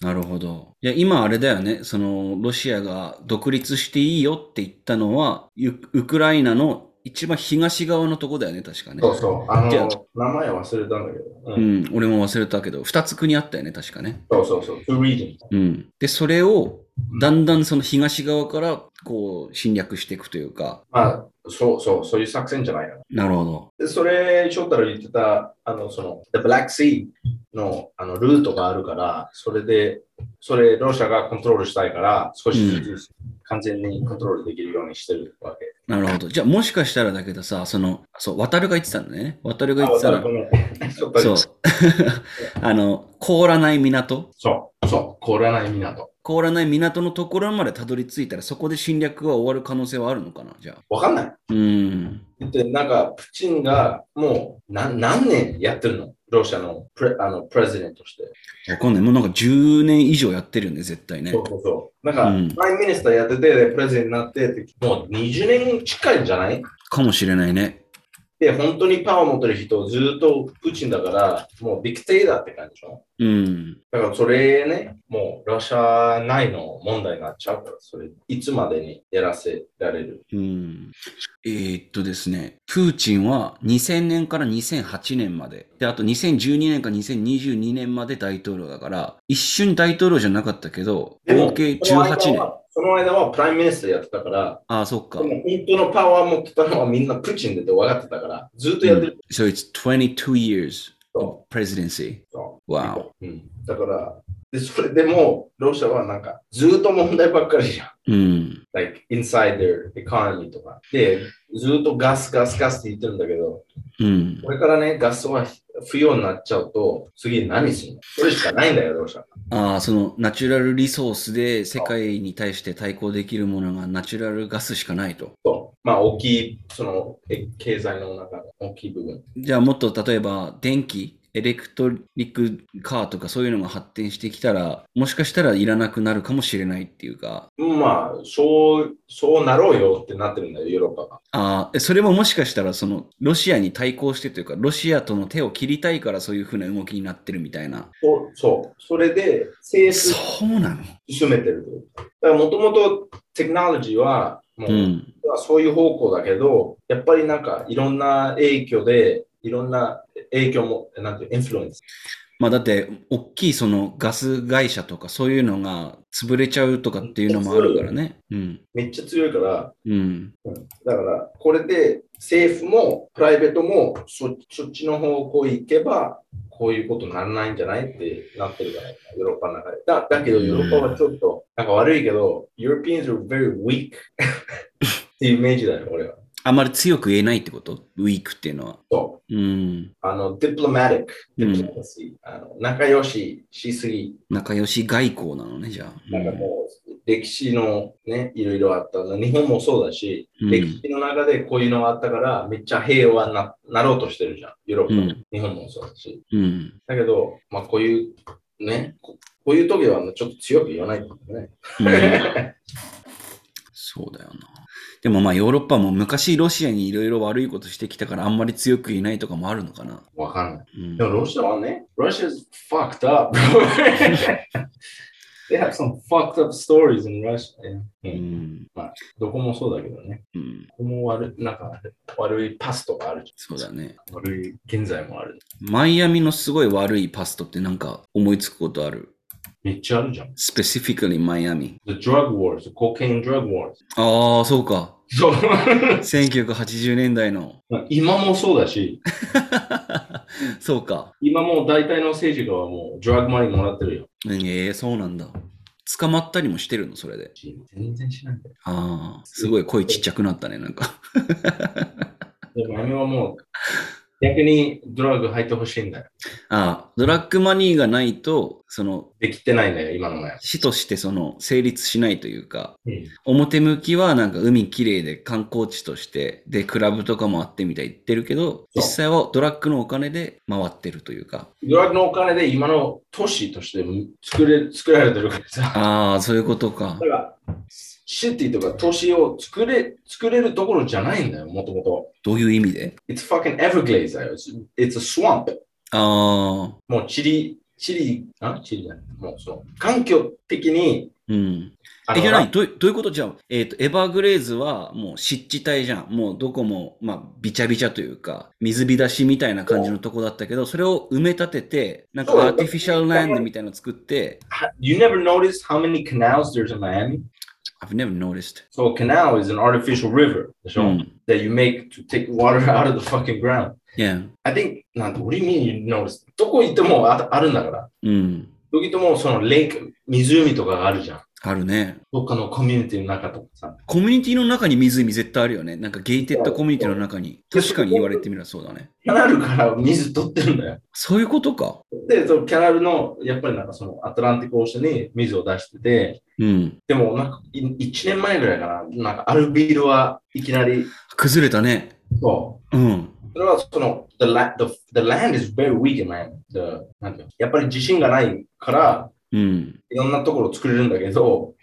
[SPEAKER 1] なるほど。いや、今あれだよね。その、ロシアが独立していいよって言ったのは、ウウクライナの一番東側のとこだよね、確かね。
[SPEAKER 2] そうそう。あの
[SPEAKER 1] じゃあ、
[SPEAKER 2] 名前忘れたんだけど。う。
[SPEAKER 1] うんん、俺も忘れたけど、二つ国あったよね、確かね。
[SPEAKER 2] そうそうそう。Two regions。
[SPEAKER 1] うん。で、それを、だんだんその東側から、こう、侵略していくというか、
[SPEAKER 2] まあ、そうそう、そういう作戦じゃないかな。
[SPEAKER 1] なるほど。
[SPEAKER 2] で、それ、翔太郎言ってた、あの、その、The Black Sea のあのルートがあるから、それで、それ、ロシアがコントロールしたいから、少しずつ完全にコントロールできるようにしてるわけ。
[SPEAKER 1] なるほど。じゃあ、もしかしたらだけどさ、その、そう、渡るが言ってたんだね。渡るが
[SPEAKER 2] あ、
[SPEAKER 1] 言ってたら
[SPEAKER 2] ご、めん。翔太
[SPEAKER 1] そ
[SPEAKER 2] 郎
[SPEAKER 1] う。 あの、凍らない港
[SPEAKER 2] そう、そう、凍らない港。
[SPEAKER 1] 凍らない港のところまでたどり着いたら、そこで侵略は終わる可能性はあるのかなじゃあ。
[SPEAKER 2] わかんない。
[SPEAKER 1] うーん。
[SPEAKER 2] で、なんか、プーチンがもう何何年やってるのロシアのプレあのプレゼデントとして。
[SPEAKER 1] わかんない。もうなんか10年以上やってるよね、絶対ね
[SPEAKER 2] そ。うそうそう。なんか、
[SPEAKER 1] うん
[SPEAKER 2] プライムミニスターやってて、でプレゼンになってって、もう20年近いんじゃない
[SPEAKER 1] かもしれないね。
[SPEAKER 2] で、本当にパワー持ってる人、ずっとプーチンだから、もうディクテイターって感じでしょ
[SPEAKER 1] うん。
[SPEAKER 2] だからそれね、もうロシア内の問題になっちゃうから、それ、いつまでにやらせられる。
[SPEAKER 1] うん。えーっとですね、プーチンは2000年から2008年まで、で、あと2012年から2022年まで大統領だから、一瞬大統領じゃなかったけど、
[SPEAKER 2] でも
[SPEAKER 1] 合計
[SPEAKER 2] その間
[SPEAKER 1] 18年。
[SPEAKER 2] はその間はプライムミニスターやってたから、
[SPEAKER 1] ああ、そっか
[SPEAKER 2] で。も本当のパワー持ってたのはみんなプーチンでって分かってたから、ずっとやってる。
[SPEAKER 1] So it's 22 years of presidency.
[SPEAKER 2] と
[SPEAKER 1] Wow.
[SPEAKER 2] うん、だから、でそれでも、ロシアはなんか、ずっと問題ばっかりじゃん。
[SPEAKER 1] うん。
[SPEAKER 2] like inside their economy とか。で、ずっとガス、ガス、ガスって言ってるんだけど、
[SPEAKER 1] うん。
[SPEAKER 2] これからね、ガスは不要になっちゃうと、次何するのそれしかないんだよ、ロシア。
[SPEAKER 1] ああ、そのナチュラルリソースで世界に対して対抗できるものがナチュラルガスしかないと。
[SPEAKER 2] と、まあ、大きい、その、え経済の中の大きい部分。
[SPEAKER 1] じゃあもっと例えば電気、エレクトリックカーとかそういうのが発展してきたら、もしかしたらいらなくなるかもしれないっていうか、
[SPEAKER 2] まあ、そう、そうなろうよってなってるんだよ、ヨーロッパが。
[SPEAKER 1] ああ、えそれももしかしたらそのロシアに対抗してというか、ロシアとの手を切りたいからそういうふうな動きになってるみたいな。
[SPEAKER 2] そう、そう。それで、政府
[SPEAKER 1] そうなの
[SPEAKER 2] 進めてる。だから、もともとテクノロジーは、もう、
[SPEAKER 1] うん。
[SPEAKER 2] そういう方向だけど、やっぱりなんか、いろんな影響で、いろんな影響も、なんていう、インフルエンス。
[SPEAKER 1] まあだって、大きいそのガス会社とかそういうのが潰れちゃうとかっていうのもあるからね。うん。
[SPEAKER 2] めっちゃ強いから、
[SPEAKER 1] うん。
[SPEAKER 2] うんだから、これで政府もプライベートもそそっちの方向行けば、こういうことにならないんじゃないってなってるじゃないか、ヨーロッパの中で。だだけど、ヨーロッパはちょっと、なんか悪いけど、Europeans are very weak っていうイメージだよ、俺は。
[SPEAKER 1] あまり強く言えないってことウィークっていうのは。
[SPEAKER 2] そう。
[SPEAKER 1] うん。
[SPEAKER 2] あの、diplomatic、
[SPEAKER 1] うん
[SPEAKER 2] diplomacy、あの仲良ししすぎ、
[SPEAKER 1] 仲良し外交なのね、じゃあ。
[SPEAKER 2] なんかもう、歴史のね、いろいろあった。日本もそうだし、
[SPEAKER 1] うん
[SPEAKER 2] 歴史の中でこういうのがあったから、めっちゃ平和にななろうとしてるじゃん、ヨーロッパも、
[SPEAKER 1] うん
[SPEAKER 2] 日本もそうだし。
[SPEAKER 1] うん。
[SPEAKER 2] だけど、まあ、こういう、ね、ここういう時はちょっと強く言わない とね。
[SPEAKER 1] うんそうだよな。でもまあヨーロッパも昔ロシアにいろいろ悪いことしてきたからあんまり強く言えないとかもあるのかな。
[SPEAKER 2] わかんない。
[SPEAKER 1] うん
[SPEAKER 2] でも、ロシアはね、ロシア is fucked up. They have some fucked up stories in Russia. う
[SPEAKER 1] うんん
[SPEAKER 2] どこもそうだけどね。
[SPEAKER 1] うん、
[SPEAKER 2] ここも悪い、なんか悪いパスとかあるじ
[SPEAKER 1] そうだね。
[SPEAKER 2] ゃん。悪い現在もある。
[SPEAKER 1] マイアミのすごい悪いパストってなんか思いつくことある。
[SPEAKER 2] めっちゃあるじゃん。
[SPEAKER 1] specifically マイアミ。
[SPEAKER 2] The drug wars, the cocaine drug wars.
[SPEAKER 1] ああ、そうか。
[SPEAKER 2] そう。
[SPEAKER 1] 1980年代の。
[SPEAKER 2] 今もそうだし、
[SPEAKER 1] そうか。
[SPEAKER 2] 今もう大体の政治家はもうドラッグマネーもらってるよ。
[SPEAKER 1] ええそうなんだ。捕まったりもしてるの、それで。
[SPEAKER 2] 全然しないんだよ。
[SPEAKER 1] ああ、すごい声ちっちゃくなったね、なんか。
[SPEAKER 2] でも、あれはもう、逆にドラッグ入ってほしいんだよ。
[SPEAKER 1] ああ、ドラッグマニーがないと、その、
[SPEAKER 2] できてないんだよ、今の前。
[SPEAKER 1] 死としてその、成立しないというか、
[SPEAKER 2] うん。
[SPEAKER 1] 表向きはなんか海きれいで観光地として、で、クラブとかもあってみたい言ってるけど、
[SPEAKER 2] そう
[SPEAKER 1] 実際はドラッグのお金で回ってるというか。
[SPEAKER 2] ドラッグのお金で今の都市として作れ作られてるからさ。
[SPEAKER 1] ああ、そういうことか
[SPEAKER 2] だか。ら、シティとか都市を作れ作れるところじゃないんだよ、もともと。
[SPEAKER 1] どういう意味で
[SPEAKER 2] It's fucking Everglades だよ。It's, it's a swamp.
[SPEAKER 1] ああ、
[SPEAKER 2] もう地理、地理、あ地理じゃない。もうその、環境的に、
[SPEAKER 1] うん。
[SPEAKER 2] あ
[SPEAKER 1] え、
[SPEAKER 2] の
[SPEAKER 1] じゃない、どうどういうことじゃんえっ、と、エバーグレーズはもう湿地帯じゃん。もうどこも、まあ、びちゃびちゃというか、水浸しみたいな感じのとこだったけど、それを埋め立てて、なんか
[SPEAKER 2] そう
[SPEAKER 1] アーティフィシャルランドみたいなの作って、
[SPEAKER 2] You never noticed how many canals there's in Miami?
[SPEAKER 1] I've never noticed.
[SPEAKER 2] So a canal is an artificial river でしょ、
[SPEAKER 1] うん。
[SPEAKER 2] that you make to take water out of the fucking ground.
[SPEAKER 1] Yeah.
[SPEAKER 2] I think, なんて、what do you mean you noticed? どこ行ってもああるんだから。
[SPEAKER 1] うん。
[SPEAKER 2] どこ行ってもそのレイク、湖とかがあるじゃん。
[SPEAKER 1] あるね。
[SPEAKER 2] どっかのコミュニティの中とかさ。
[SPEAKER 1] コミュニティの中に湖絶対あるよね。なんかゲイテッドコミュニティの中に。
[SPEAKER 2] そう
[SPEAKER 1] 確かに言われてみればそうだね。
[SPEAKER 2] キャナルから水取ってるんだよ。
[SPEAKER 1] そういうことか。
[SPEAKER 2] で、そのキャナルの、やっぱりなんかそのアトランティックオーシャンに水を出してて、
[SPEAKER 1] うん。
[SPEAKER 2] でもなんかい1年前ぐらいかな、なんかアルビールはいきなり、
[SPEAKER 1] 崩れたね。
[SPEAKER 2] そ
[SPEAKER 1] うん。
[SPEAKER 2] う。それはその、the, la- the, the land is very weak, man. The, なんていうのやっぱり自信がないから、
[SPEAKER 1] うん。
[SPEAKER 2] いろんなところを作れるんだけど、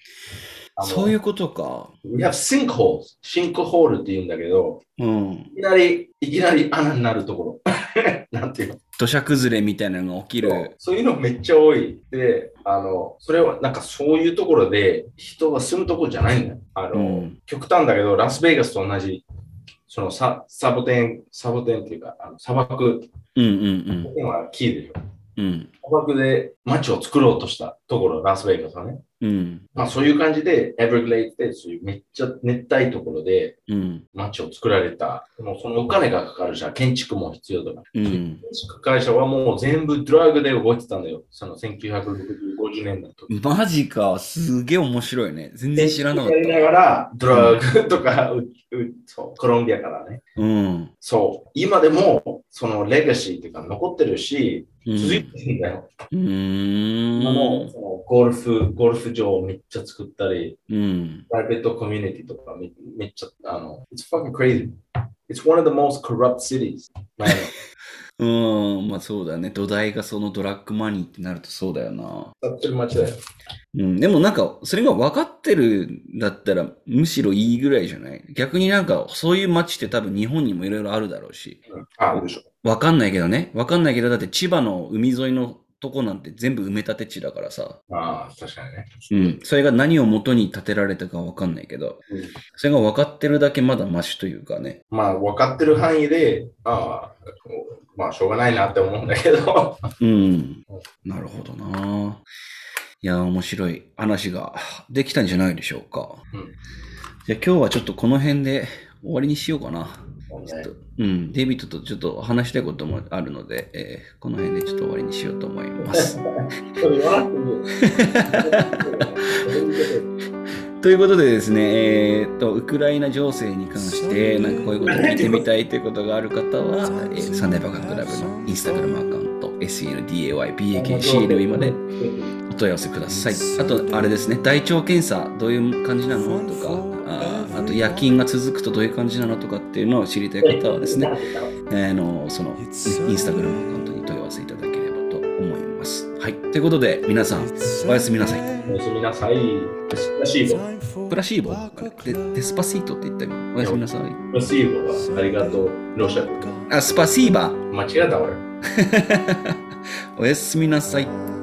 [SPEAKER 2] あの
[SPEAKER 1] そういうことか。
[SPEAKER 2] We have sinkholes. シンクホールって言うんだけど、
[SPEAKER 1] うん。
[SPEAKER 2] いきなり、いきなり穴になるところ。 なんていうの
[SPEAKER 1] 土砂崩れみたいなのが起き
[SPEAKER 2] そう
[SPEAKER 1] る。
[SPEAKER 2] そういうのめっちゃ多い。で、あの、それはなんかそういうところで人が住むところじゃないんだよ。あの、
[SPEAKER 1] うん
[SPEAKER 2] 極端だけど、ラスベガスと同じ、そのササボテン、サボテンっていうか、あの砂漠、
[SPEAKER 1] うんうん
[SPEAKER 2] 今は木でしょ。
[SPEAKER 1] うん。うん。
[SPEAKER 2] 砂漠で街を作ろうとしたところ、ラスベガスはね。
[SPEAKER 1] うん。
[SPEAKER 2] まあそういう感じで、エブリグレイってそういうめっちゃ熱帯ところで
[SPEAKER 1] うん。
[SPEAKER 2] 街を作られた。でもそのお金がかかるじゃん。建築も必要だから。
[SPEAKER 1] うん。
[SPEAKER 2] 建築会社はもう全部ドラッグで動いてたんだよ。その1950年代とか。
[SPEAKER 1] マジか。すげえ面白いね。全然知らなかっ
[SPEAKER 2] やりながら、ドラッグとか、ううそうコロンビアからね。
[SPEAKER 1] た。うん。
[SPEAKER 2] そう。今でも、そのレガシーっていうか残ってるし、
[SPEAKER 1] う
[SPEAKER 2] 続い
[SPEAKER 1] ん。
[SPEAKER 2] てるんだよ。
[SPEAKER 1] うー
[SPEAKER 2] 今も
[SPEAKER 1] ん
[SPEAKER 2] そのゴルフ、ゴルフ場をめっちゃ作ったり、
[SPEAKER 1] うん。
[SPEAKER 2] プライベートコミュニティとかめめっちゃ、あの、It's fucking crazy. It's one of the most corrupt cities.
[SPEAKER 1] うん。まあそうだね。土台がそのドラッグマニーってなるとそうだよな。
[SPEAKER 2] 使ってる街だよ。
[SPEAKER 1] うん。でもなんか、それが分かってるんだったら、むしろいいぐらいじゃない逆になんか、そういう街って多分日本にもいろいろあるだろうし。
[SPEAKER 2] うん あ、でしょ。
[SPEAKER 1] わかんないけどね。わかんないけど、だって千葉の海沿いのとこなんて全部埋め立て地だからさ。
[SPEAKER 2] ああ、確かにね。
[SPEAKER 1] うん。それが何を元に建てられたかわかんないけど、
[SPEAKER 2] うん
[SPEAKER 1] それが分かってるだけまだマシというかね。
[SPEAKER 2] まあ、分かってる範囲で、ああ、まあ、しょうがないなって思うんだけど。
[SPEAKER 1] うん。なるほどな。いや、面白い話ができたんじゃないでしょうか。
[SPEAKER 2] うん
[SPEAKER 1] じゃあ今日はちょっとこの辺で終わりにしようかな。
[SPEAKER 2] こ そうね
[SPEAKER 1] ちょっとうん、デイビッドとちょっと話したいこともあるので、えーこの辺でちょっと終わりにしようと思います。
[SPEAKER 2] それ言わなくていいよそういう
[SPEAKER 1] ということでですね、えー、とウクライナ情勢に関してなんかこういうことを聞いてみたいということがある方は、えーサンデーバカンクラブのインスタグラムアカウント SENDAYBAKCLB まで
[SPEAKER 2] こと
[SPEAKER 1] お問い
[SPEAKER 2] で
[SPEAKER 1] 合わせください。あとあれですね大腸検査どういう感じなのとかあーあと夜勤が続くとどういう感じなのとかっていうのを知りたい方はですね、あの そのインスタグラムアカウントに問い合わせいただければと思います。はい、ということで皆さんおやすみなさい。
[SPEAKER 2] おやすみなさい。らしいぞ。
[SPEAKER 1] プラシーボでデスパシートって言ったよ。おやすみなさい。
[SPEAKER 2] ラシーボはありがとう。ロシア語。
[SPEAKER 1] あ、スパシーバ
[SPEAKER 2] 間違えた俺。
[SPEAKER 1] おやすみなさい。
[SPEAKER 3] い